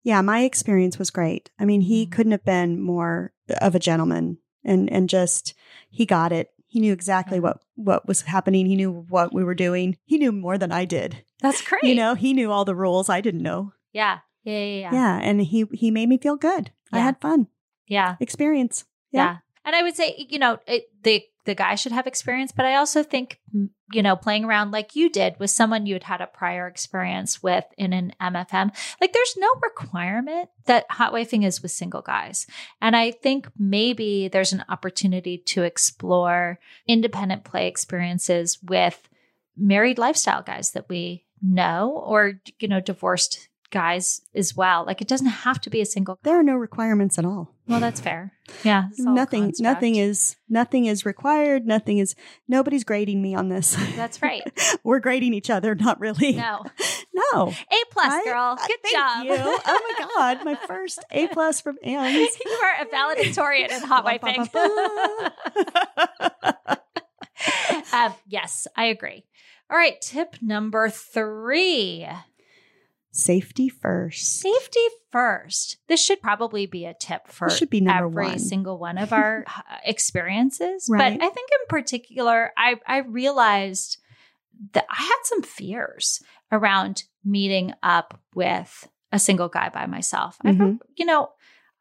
[SPEAKER 2] Yeah, my experience was great. I mean, he
[SPEAKER 1] Mhm.
[SPEAKER 2] couldn't have been more of a gentleman and and just he got it. He knew exactly
[SPEAKER 1] Yeah.
[SPEAKER 2] what what was happening. He knew what we were doing. He knew more than I did.
[SPEAKER 1] That's great.
[SPEAKER 2] You know, he knew all the rules I didn't know.
[SPEAKER 1] Yeah. Yeah. Yeah.
[SPEAKER 2] Yeah,
[SPEAKER 1] Yeah.
[SPEAKER 2] and he he made me feel good. I
[SPEAKER 1] Yeah.
[SPEAKER 2] had fun.
[SPEAKER 1] Yeah.
[SPEAKER 2] Experience.
[SPEAKER 1] yeah.
[SPEAKER 2] Yeah.
[SPEAKER 1] And I would say, you know, it, the the guy should have experience, but I also think, m- you know, playing around like you did with someone you had had a prior experience with in an MFM, like there's no requirement that hot wifing is with single guys. And I think maybe there's an opportunity to explore independent play experiences with married lifestyle guys that we know or, you know, divorced guys as well. Like it doesn't have to be a single
[SPEAKER 2] There are no requirements at all.
[SPEAKER 1] Well, that's fair. Yeah. it's all a
[SPEAKER 2] nothing nothing
[SPEAKER 1] construct.
[SPEAKER 2] is nothing is required. Nothing is nobody's grading me on this.
[SPEAKER 1] That's right.
[SPEAKER 2] (laughs) we're grading each other, not really.
[SPEAKER 1] No.
[SPEAKER 2] No.
[SPEAKER 1] A plus,
[SPEAKER 2] I-
[SPEAKER 1] girl.
[SPEAKER 2] I-
[SPEAKER 1] Good
[SPEAKER 2] thank
[SPEAKER 1] job.
[SPEAKER 2] you. Oh my
[SPEAKER 1] (laughs)
[SPEAKER 2] God. My first A plus from Anne's.
[SPEAKER 1] you are a valedictorian in hot
[SPEAKER 2] Ba, ba,
[SPEAKER 1] wiping. (laughs)
[SPEAKER 2] ba,
[SPEAKER 1] um, yes, I agree. All right. Tip number three
[SPEAKER 2] Safety first.
[SPEAKER 1] safety first. This should probably be a tip for
[SPEAKER 2] This should be number
[SPEAKER 1] every
[SPEAKER 2] one.
[SPEAKER 1] single one of
[SPEAKER 2] (laughs)
[SPEAKER 1] our uh, experiences.
[SPEAKER 2] Right.
[SPEAKER 1] But I think in particular, I, I realized that I had some fears around meeting up with a single guy by myself. I
[SPEAKER 2] Mhm.
[SPEAKER 1] you know,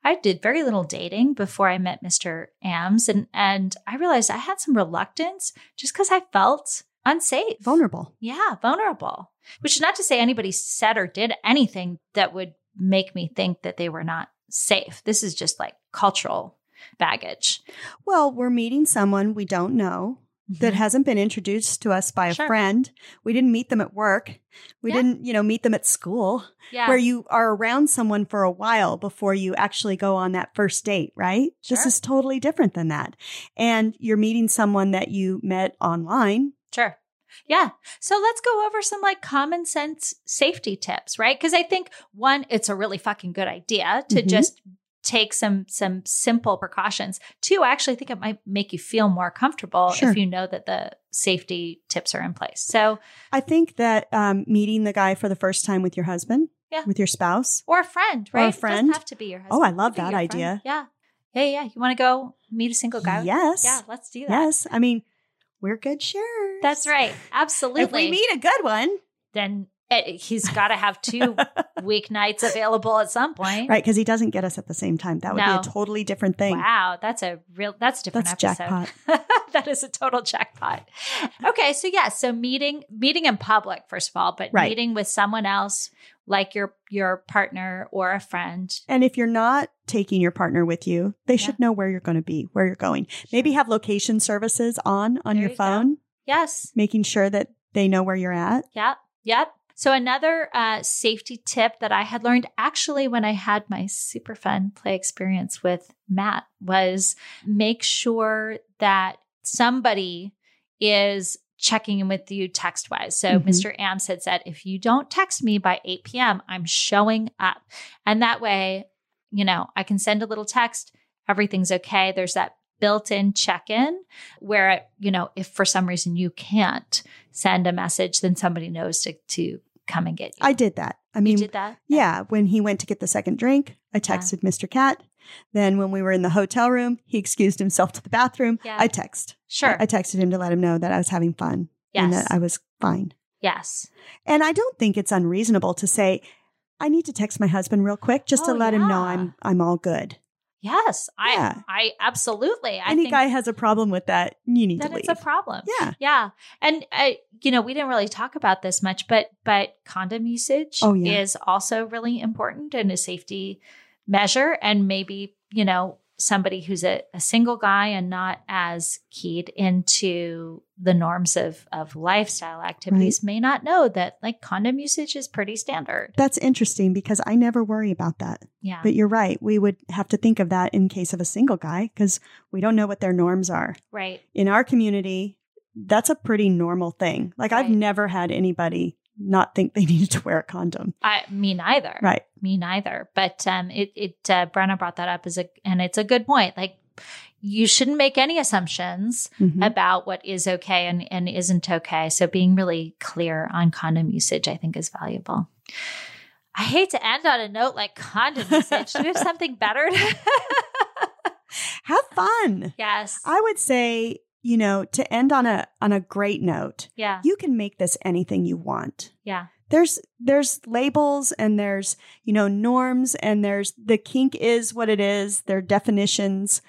[SPEAKER 1] I did very little dating before I met Mr. Ams and and I realized I had some reluctance just cuz I felt unsafe.
[SPEAKER 2] Vulnerable.
[SPEAKER 1] Yeah, vulnerable. Which is not to say anybody said or did anything that would make me think that they were not safe. This is just like cultural baggage.
[SPEAKER 2] Well, we're meeting someone we don't know that hasn't been introduced to us by a
[SPEAKER 1] Mm-hmm. Sure.
[SPEAKER 2] friend. We didn't meet them at work. We
[SPEAKER 1] Yeah.
[SPEAKER 2] didn't, you know, meet them at school
[SPEAKER 1] yeah.
[SPEAKER 2] where you are around someone for a while before you actually go on that first date, right? This
[SPEAKER 1] Sure.
[SPEAKER 2] is totally different than that. And you're meeting someone that you met online.
[SPEAKER 1] Sure. Yeah. So let's go over some like common sense safety tips, right? Because I think one, it's a really fucking good idea to
[SPEAKER 2] Mhm.
[SPEAKER 1] just take some some simple precautions. Two, I actually think it might make you feel more comfortable
[SPEAKER 2] Sure.
[SPEAKER 1] if you know that the safety tips are in place. So
[SPEAKER 2] I think that um, meeting the guy for the first time with your husband,
[SPEAKER 1] Yeah.
[SPEAKER 2] with your spouse.
[SPEAKER 1] or a friend,
[SPEAKER 2] Or a
[SPEAKER 1] right? It
[SPEAKER 2] friend.
[SPEAKER 1] doesn't have to be your husband.
[SPEAKER 2] Oh, I love
[SPEAKER 1] It could be
[SPEAKER 2] that
[SPEAKER 1] your friend.
[SPEAKER 2] idea.
[SPEAKER 1] Yeah. Yeah, yeah. You want to go meet a single guy?
[SPEAKER 2] Yes.
[SPEAKER 1] Yeah, let's do that.
[SPEAKER 2] Yes. I mean, we're good sharers.
[SPEAKER 1] That's right. Absolutely.
[SPEAKER 2] If we meet a good one,
[SPEAKER 1] then eh, he's got to have
[SPEAKER 2] (laughs)
[SPEAKER 1] two weeknights available at some point.
[SPEAKER 2] right? Because he doesn't get us at the same time. That would
[SPEAKER 1] No.
[SPEAKER 2] be a totally different thing.
[SPEAKER 1] Wow, that's a real that's a different
[SPEAKER 2] That's
[SPEAKER 1] episode. (laughs) that is a total jackpot. Okay, so yes, so meeting meeting in public first of all, but
[SPEAKER 2] Right.
[SPEAKER 1] meeting with someone else like your your partner or a friend.
[SPEAKER 2] And if you're not taking your partner with you, they should know where you're going to be, where you're going. Maybe have location services on on
[SPEAKER 1] There
[SPEAKER 2] your
[SPEAKER 1] you go.
[SPEAKER 2] phone,
[SPEAKER 1] Yes.
[SPEAKER 2] making sure that they know where you're at.
[SPEAKER 1] Yep. Yep. So another uh, safety tip that I had learned actually when I had my super fun play experience with Matt was make sure that somebody is checking in with you text wise. So
[SPEAKER 2] Mhm.
[SPEAKER 1] Mr. Ams had said, if you don't text me by 8 p.m., I'm showing up. And that way, you know, I can send a little text, everything's okay. There's that built in check in where, you know, if for some reason you can't send a message, then somebody knows to, to come and get you.
[SPEAKER 2] I did that. I
[SPEAKER 1] you
[SPEAKER 2] mean,
[SPEAKER 1] did that?
[SPEAKER 2] yeah, when he went to get the second drink, I texted Mr. Cat. Then when we were in the hotel room, he excused himself to the bathroom.
[SPEAKER 1] Yeah.
[SPEAKER 2] I text.
[SPEAKER 1] Sure.
[SPEAKER 2] I texted him to let him know that I was having fun
[SPEAKER 1] yes.
[SPEAKER 2] and that I was fine.
[SPEAKER 1] yes.
[SPEAKER 2] And I don't think it's unreasonable to say, I need to text my husband real quick just to
[SPEAKER 1] Oh,
[SPEAKER 2] let him know
[SPEAKER 1] yeah.
[SPEAKER 2] I'm I'm all good.
[SPEAKER 1] Yes. I,
[SPEAKER 2] Yeah.
[SPEAKER 1] I absolutely. I
[SPEAKER 2] Any
[SPEAKER 1] think
[SPEAKER 2] guy has a problem with that, you need
[SPEAKER 1] that
[SPEAKER 2] to leave.
[SPEAKER 1] it's a problem.
[SPEAKER 2] yeah.
[SPEAKER 1] Yeah. And uh, you know, we didn't really talk about this much, but but condom usage
[SPEAKER 2] Oh, yeah.
[SPEAKER 1] is also really important and a safety measure and maybe, you know, somebody who's a, a single guy and not as keyed into the norms of, of lifestyle activities may not know that like condom usage is pretty standard.
[SPEAKER 2] That's interesting because I never worry about that.
[SPEAKER 1] Yeah.
[SPEAKER 2] But you're right. We would have to think of that in case of a single guy because we don't know what their norms are.
[SPEAKER 1] right.
[SPEAKER 2] In our community, that's a pretty normal thing. Like I've
[SPEAKER 1] Right.
[SPEAKER 2] never had anybody not think they (laughs) needed to wear a condom.
[SPEAKER 1] I me neither.
[SPEAKER 2] Right.
[SPEAKER 1] Me neither. But um it it uh, Brenna brought that up as a and it's a good point. Like you shouldn't make any assumptions
[SPEAKER 2] Mhm.
[SPEAKER 1] about what is okay and, and isn't okay. So being really clear on condom usage, I think, is valuable. I hate to end on a note like condom usage. Do we have something better?
[SPEAKER 2] Have fun.
[SPEAKER 1] (laughs) yes.
[SPEAKER 2] I would say, you know, to end on a on a great note,
[SPEAKER 1] yeah.
[SPEAKER 2] you can make this anything you want.
[SPEAKER 1] Yeah.
[SPEAKER 2] There's there's labels and there's, you know, norms and there's the kink is what it is, their definitions,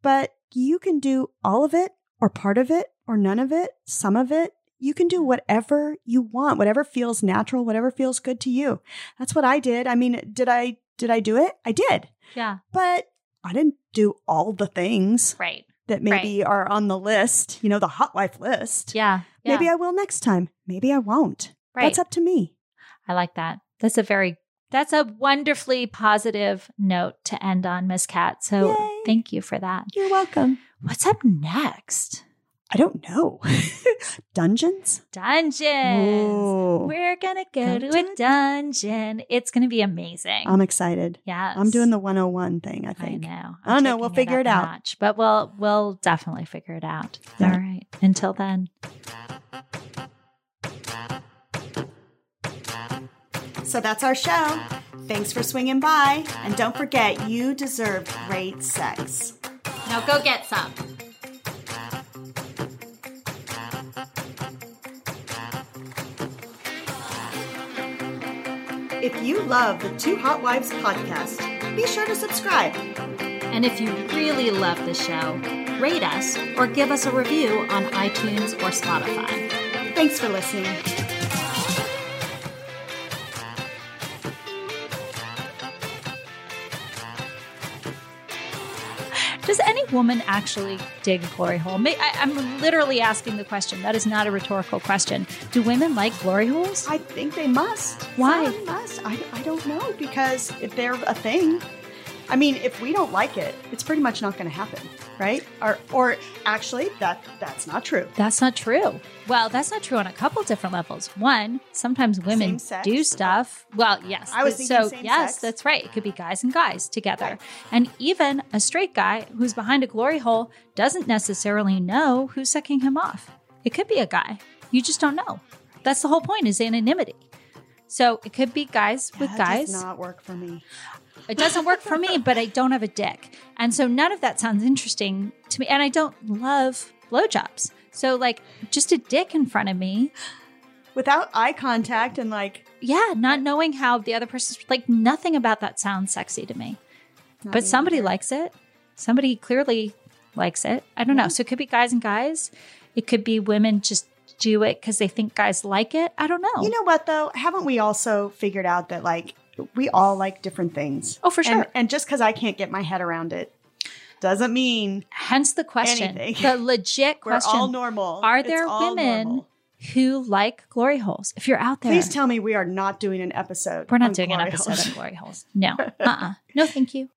[SPEAKER 2] but you can do all of it or part of it or none of it, some of it. You can do whatever you want, whatever feels natural, whatever feels good to you. That's what I did. I mean, did I did I do it? I did.
[SPEAKER 1] Yeah.
[SPEAKER 2] But I didn't do all the things
[SPEAKER 1] Right.
[SPEAKER 2] that maybe are on the list, you know, the hot wife list.
[SPEAKER 1] Yeah. yeah.
[SPEAKER 2] Maybe I will next time. Maybe I won't.
[SPEAKER 1] right.
[SPEAKER 2] That's up to me.
[SPEAKER 1] I like that. That's a very that's a wonderfully positive note to end on, Miss Cat. So
[SPEAKER 2] Yay.
[SPEAKER 1] thank you for that.
[SPEAKER 2] You're welcome.
[SPEAKER 1] What's up next?
[SPEAKER 2] I don't know. (laughs) Dungeons?
[SPEAKER 1] Dungeons.
[SPEAKER 2] Ooh.
[SPEAKER 1] We're gonna go
[SPEAKER 2] Go
[SPEAKER 1] to
[SPEAKER 2] to
[SPEAKER 1] a
[SPEAKER 2] a
[SPEAKER 1] dungeon. It's gonna be amazing.
[SPEAKER 2] I'm excited.
[SPEAKER 1] Yes.
[SPEAKER 2] I'm doing the 101 thing, I think.
[SPEAKER 1] I know.
[SPEAKER 2] I don't know. We'll
[SPEAKER 1] taking up
[SPEAKER 2] figure it
[SPEAKER 1] a
[SPEAKER 2] out.
[SPEAKER 1] notch, but we'll we'll definitely figure it out.
[SPEAKER 2] Yeah.
[SPEAKER 1] All right. Until then.
[SPEAKER 2] So that's our show. Thanks for swinging by. And don't forget, you deserve great sex.
[SPEAKER 3] Now go get some.
[SPEAKER 4] If you love the Two Hot Wives podcast, be sure to subscribe.
[SPEAKER 3] And if you really love the show, rate us or give us a review on iTunes or Spotify.
[SPEAKER 4] Thanks for listening.
[SPEAKER 1] Does any woman actually dig a glory hole? May, I, I'm literally asking the question. That is not a rhetorical question. Do women like glory holes?
[SPEAKER 2] I think they must.
[SPEAKER 1] Why?
[SPEAKER 2] Some must. I, I don't know because if they're a thing, I mean, if we don't like it, it's pretty much not going to happen, right? Or, or actually, that that's not true.
[SPEAKER 1] That's not true. Well, that's not true on a couple different levels. One, sometimes women
[SPEAKER 2] Same sex?
[SPEAKER 1] do stuff. Well, yes.
[SPEAKER 2] I was
[SPEAKER 1] th-
[SPEAKER 2] thinking
[SPEAKER 1] so
[SPEAKER 2] same
[SPEAKER 1] yes,
[SPEAKER 2] sex.
[SPEAKER 1] that's right. It could be guys and guys together. And even a straight guy who's behind a glory hole doesn't necessarily know who's sucking him off. It could be a guy. You just don't know. That's the whole point is anonymity. So it could be guys with
[SPEAKER 2] That
[SPEAKER 1] guys.
[SPEAKER 2] does not work for me.
[SPEAKER 1] It doesn't work for me, but I don't have a dick. And so none of that sounds interesting to me. And I don't love blowjobs. So, like, just a dick in front of me.
[SPEAKER 2] Without eye contact and like,
[SPEAKER 1] Yeah, not knowing how the other person's like, nothing about that sounds sexy to me.
[SPEAKER 2] not
[SPEAKER 1] But
[SPEAKER 2] being-
[SPEAKER 1] somebody likes it. Somebody clearly likes it. I don't know. So, it could be guys and guys. It could be women just do it because they think guys like it. I don't know.
[SPEAKER 2] You know what though? Haven't we also figured out that like we all like different things?
[SPEAKER 1] Oh, for
[SPEAKER 2] And-
[SPEAKER 1] sure.
[SPEAKER 2] and just because I can't get my head around it doesn't mean
[SPEAKER 1] Hence the question.
[SPEAKER 2] Anything.
[SPEAKER 1] The legit
[SPEAKER 2] (laughs) we're
[SPEAKER 1] question.
[SPEAKER 2] all normal.
[SPEAKER 1] Are
[SPEAKER 2] It's
[SPEAKER 1] there
[SPEAKER 2] all
[SPEAKER 1] women
[SPEAKER 2] normal.
[SPEAKER 1] who like glory holes? If you're out there,
[SPEAKER 2] Please tell me we are not doing an episode.
[SPEAKER 1] We're not
[SPEAKER 2] on
[SPEAKER 1] doing an
[SPEAKER 2] glory (laughs)
[SPEAKER 1] episode
[SPEAKER 2] holes.
[SPEAKER 1] on glory holes. No. Uh-uh. No, thank you.